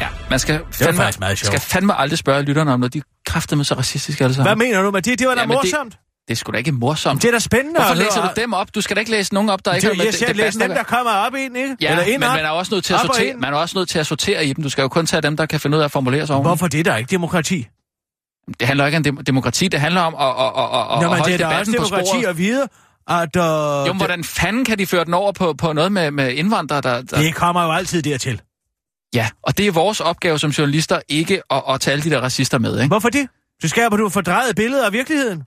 Speaker 2: Ja, man skal fandme,
Speaker 4: faktisk meget sjovt.
Speaker 2: skal fandme aldrig spørge lytterne om noget. De er kraftedeme så racistiske alle sammen.
Speaker 4: Hvad mener du med det? Det var da
Speaker 2: Ja, men det-
Speaker 4: morsomt. Det...
Speaker 2: det er sgu da ikke morsomt.
Speaker 4: det er da spændende
Speaker 2: Hvorfor
Speaker 4: at høre.
Speaker 2: læser du dem op? Du skal da ikke læse nogen op, der ikke
Speaker 4: Det er
Speaker 2: har
Speaker 4: jo,
Speaker 2: med
Speaker 4: jeg
Speaker 2: det,
Speaker 4: ser læse
Speaker 2: debatten
Speaker 4: dem,
Speaker 2: at
Speaker 4: der kommer op ind, ikke?
Speaker 2: Ja,
Speaker 4: Eller ind
Speaker 2: men
Speaker 4: op.
Speaker 2: man er, også nødt til at
Speaker 4: Op og
Speaker 2: sortere,
Speaker 4: ind.
Speaker 2: man er også nødt til at sortere i dem. Du skal jo kun tage dem, der kan finde ud af at formulere sig ordentligt.
Speaker 4: Hvorfor det er der ikke demokrati?
Speaker 2: Det handler ikke om dem- demokrati, det handler om at, at, at, at,
Speaker 4: Nå,
Speaker 2: at
Speaker 4: men
Speaker 2: holde
Speaker 4: det er da også
Speaker 2: debatten på
Speaker 4: demokrati
Speaker 2: sporet.
Speaker 4: at vide, at... Øh,
Speaker 2: Jo, men
Speaker 4: det,
Speaker 2: hvordan fanden kan de føre den over på, på noget med, med indvandrere? Der, der...
Speaker 4: det kommer jo altid dertil.
Speaker 2: Ja, og det er vores opgave som journalister ikke at, at tage alle de der racister med. Ikke?
Speaker 4: Hvorfor det? Så skaber du fordrejet billeder af virkeligheden.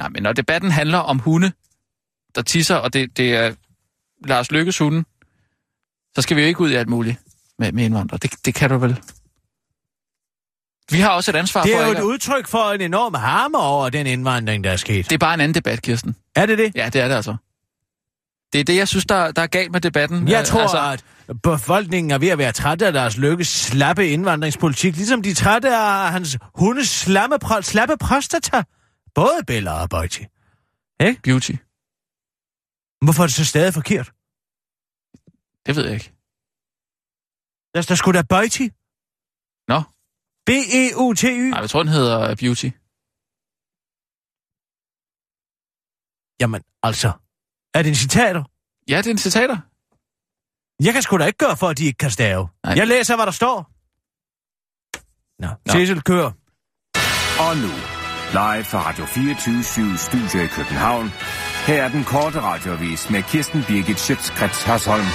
Speaker 2: Nej, men når debatten handler om hunde, der tisser, og det, det er Lars Lykkes hunde, så skal vi jo ikke ud i alt muligt med, med indvandrere. Det, det kan du vel? Vi har også et ansvar
Speaker 4: Det
Speaker 2: for...
Speaker 4: er jo
Speaker 2: ikke
Speaker 4: et
Speaker 2: at-
Speaker 4: udtryk for en enorm harme over den indvandring, der er sket.
Speaker 2: Det er bare en anden debat, Kirsten.
Speaker 4: Er det det?
Speaker 2: Ja, det er det altså. Det er det, jeg synes, der, der er galt med debatten.
Speaker 4: Jeg
Speaker 2: Øh,
Speaker 4: tror,
Speaker 2: altså,
Speaker 4: at befolkningen er ved at være træt af deres lykkes slappe indvandringspolitik, ligesom de er trætte af hans hundes slamme, pro- slappe prostata. Både Bella og Boyti.
Speaker 2: Beauty.
Speaker 4: Hvorfor er det så stadig forkert?
Speaker 2: Det ved jeg ikke.
Speaker 4: Der, der skulle da E Boyti.
Speaker 2: Nå.
Speaker 4: B-E-U-T-Y.
Speaker 2: Nej, jeg tror, den hedder Beauty.
Speaker 4: Jamen, altså. Er det en citater?
Speaker 2: Ja, det er en citater.
Speaker 4: Jeg kan sgu da ikke gøre for, at de ikke kan stave.
Speaker 2: Nej.
Speaker 4: Jeg læser, hvad der står. Nå,
Speaker 2: Nå.
Speaker 4: Cecil kører.
Speaker 6: Og nu, live fra Radio 24 Studio i København. Her er den korte radiovis med Kirsten Birgit Schøtzgrads Hasholm.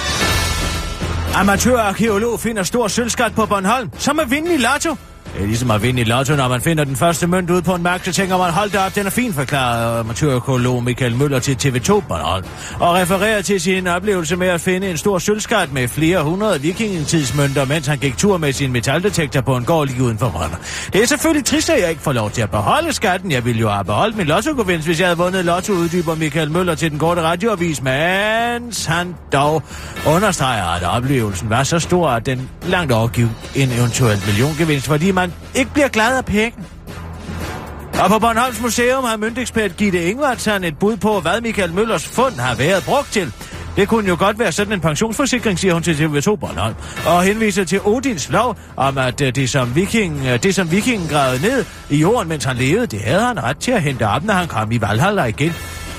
Speaker 4: Amatørarkeolog finder stor sølvskat på Bornholm, som er vinde i lotto. Det er ligesom at vinde i lotto, når man finder den første mønt ude på en mark, så tænker man, hold da op, den er fin, forklarede amatørarkeolog Michael Møller til TV2 Bornholm, og refererer til sin oplevelse med at finde en stor sølvskat med flere hundrede vikingetidsmønter, mens han gik tur med sin metaldetektor på en gård lige uden for Rønner. Det er selvfølgelig trist, at jeg ikke får lov til at beholde skatten. Jeg ville jo have beholdt min lottogevinst, hvis jeg havde vundet lotto, uddyber Michael Møller til den korte radioavis, mens han dog understreger, at oplevelsen var så stor, at den langt overgiv en eventuel milliongevinst, fordi man ikke bliver glad af penge. Og på Bornholms Museum har myndekspert Gitte Ingvartsen et bud på, hvad Michael Møllers fund har været brugt til. Det kunne jo godt være sådan en pensionsforsikring, siger hun til TV2 Bornholm, og henviser til Odins lov om, at øh, det som, viking, øh, det som vikingen gravede ned i jorden, mens han levede, det havde han ret til at hente op, når han kom i Valhalla igen.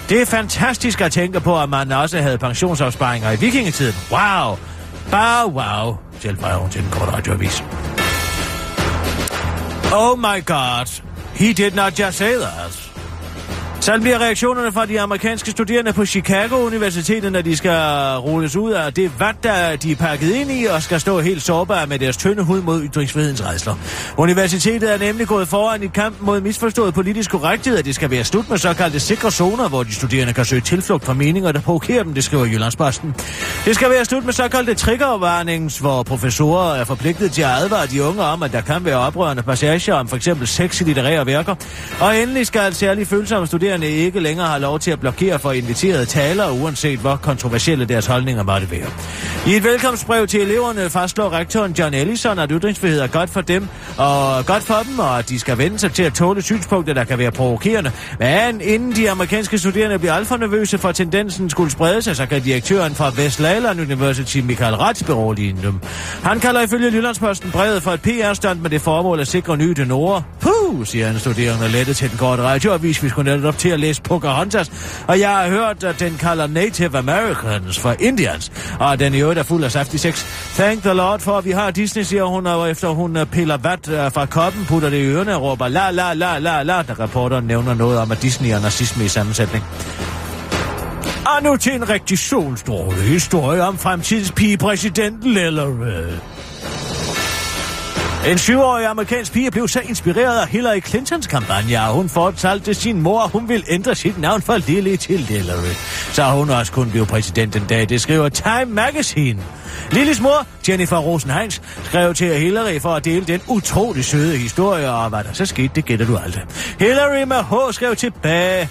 Speaker 4: Det er fantastisk at tænke på, at man også havde pensionsopsparinger i vikingetiden. Wow! Bare wow, tilføjer hun til den korte radioavis. Oh my god. He did not just say that. Sådan bliver reaktionerne fra de amerikanske studerende på Chicago Universitetet, når de skal rulles ud af det vand, der de er pakket ind i, og skal stå helt sårbare med deres tynde hud mod ytringsfrihedens redsler. Universitetet er nemlig gået foran i kamp mod misforstået politisk korrekthed, at det skal være slut med såkaldte sikre zoner, hvor de studerende kan søge tilflugt fra meninger, der provokerer dem, det skriver Jyllandsposten. Det skal være slut med såkaldte triggervarnings, hvor professorer er forpligtet til at advare de unge om, at der kan være oprørende passager om f.eks. sex i litterære værker. Og endelig skal særligt følsomme studerende ikke længere have lov til at blokere for inviterede talere, uanset hvor kontroversielle deres holdninger måtte være. I et velkomstbrev til eleverne fastslår rektoren John Ellison, at ytringsfrihed er godt for dem, og godt for dem, og at de skal vende sig til at tåle synspunkter, der kan være provokerende. Men inden de amerikanske studerende bliver alt for nervøse for, at tendensen skulle sprede sig, så kan direktøren fra Wesleyan University, Michael Ratz, berolige dem. Han kalder ifølge Jyllandsposten brevet for et PR-stunt med det formål at sikre nye donorer. Puh, siger en studerende lettet til den korte radioavis, vi skulle netop til at læse Pocahontas, og jeg har hørt, at den kalder Native Americans for Indians, og at den i øvrigt er fuld af saftig sex. Thank the Lord for, at vi har Disney, siger hun, og efter hun øh, piller vat øh, fra koppen, putter det i ørerne og råber la la la la la, da reporteren nævner noget om, at Disney er nazisme i sammensætning. Og nu til en rigtig solstråle historie om fremtidens pige præsident Lillered. En syvårig amerikansk pige blev så inspireret af Hillary Clintons kampagne, at hun fortalte sin mor, at hun ville ændre sit navn fra Lily til Hillary. Så hun også kunne blive præsident den dag, det skriver Time Magazine. Lillys mor, Jennifer Rosenheins, skrev til Hillary for at dele den utrolig søde historie, og hvad der så skete, det gætter du aldrig. Hillary med H skrev tilbage,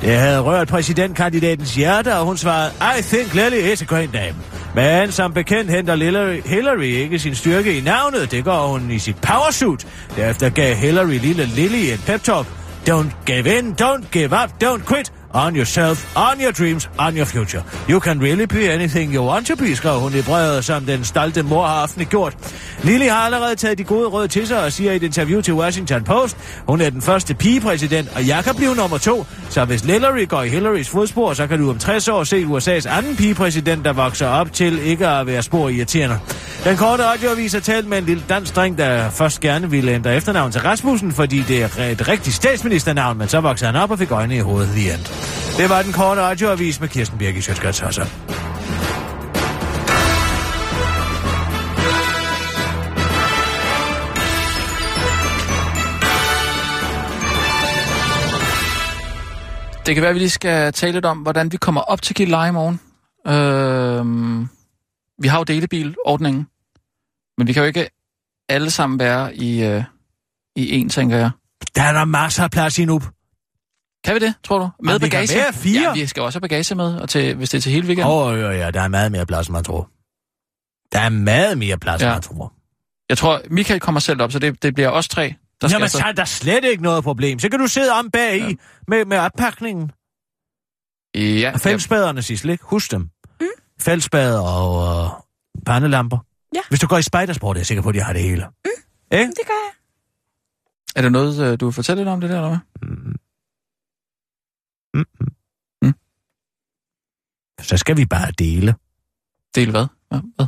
Speaker 4: det havde rørt præsidentkandidatens hjerte, og hun svarede, I think Lily is a great name. Men som bekendt henter Hillary, Hillary ikke sin styrke i navnet, det gør hun i sit powersuit. Derefter gav Hillary lille Lily en pep talk. Don't give in, don't give up, don't quit. On yourself, on your dreams, on your future. You can really be anything you want to be, skrev hun i brevet, som den stolte mor har offentliggjort. Lily har allerede taget de gode råd til sig og siger i et interview til Washington Post, hun er den første pigepræsident, og jeg kan blive nummer to. Så hvis Hillary går i Hillarys fodspor, så kan du om 60 år se USA's anden pigepræsident, der vokser op til ikke at være spor irriterende. Den korte radioavis har talt med en lille dansk dreng, der først gerne ville ændre efternavn til Rasmussen, fordi det er et rigtigt statsministernavn, men så voksede han op og fik øjne i hovedet i end. Det var den korte radioavis med Kirsten Birgit Sjøtskrets Hassan.
Speaker 2: Det kan være, at vi lige skal tale lidt om, hvordan vi kommer op til Gilleleje i morgen. Øh, vi har jo delebilordningen, men vi kan jo ikke alle sammen være i, øh, i en, tænker jeg.
Speaker 4: Der er der masser af plads endnu.
Speaker 2: Kan vi det, tror du? Med
Speaker 4: Jamen, vi kan
Speaker 2: bagage?
Speaker 4: være fire.
Speaker 2: Ja, vi skal også have bagage med, og til, hvis det er til hele weekenden.
Speaker 4: Åh, oh, ja, ja, der er meget mere plads, end man tror. Der er meget mere plads, ja.
Speaker 2: Ja.
Speaker 4: end man tror.
Speaker 2: Jeg tror, Michael kommer selv op, så det, det bliver os tre, der
Speaker 4: Der
Speaker 2: skal
Speaker 4: Jamen,
Speaker 2: så...
Speaker 4: så er der slet ikke noget problem. Så kan du sidde om bag i
Speaker 2: Ja.
Speaker 4: ja. med, med oppakningen.
Speaker 2: Ja,
Speaker 4: Og fældspaderne, Sissel, ikke? Husk dem. Mm. Fældspader og øh, pandelamper.
Speaker 5: Ja.
Speaker 4: Hvis du går i spejdersport, er jeg sikker på, at jeg har det hele.
Speaker 5: Det gør jeg.
Speaker 2: Er der noget, øh, du vil fortælle lidt om det der, eller hvad?
Speaker 4: Så skal vi bare dele.
Speaker 2: Del hvad? Hva- Hvad?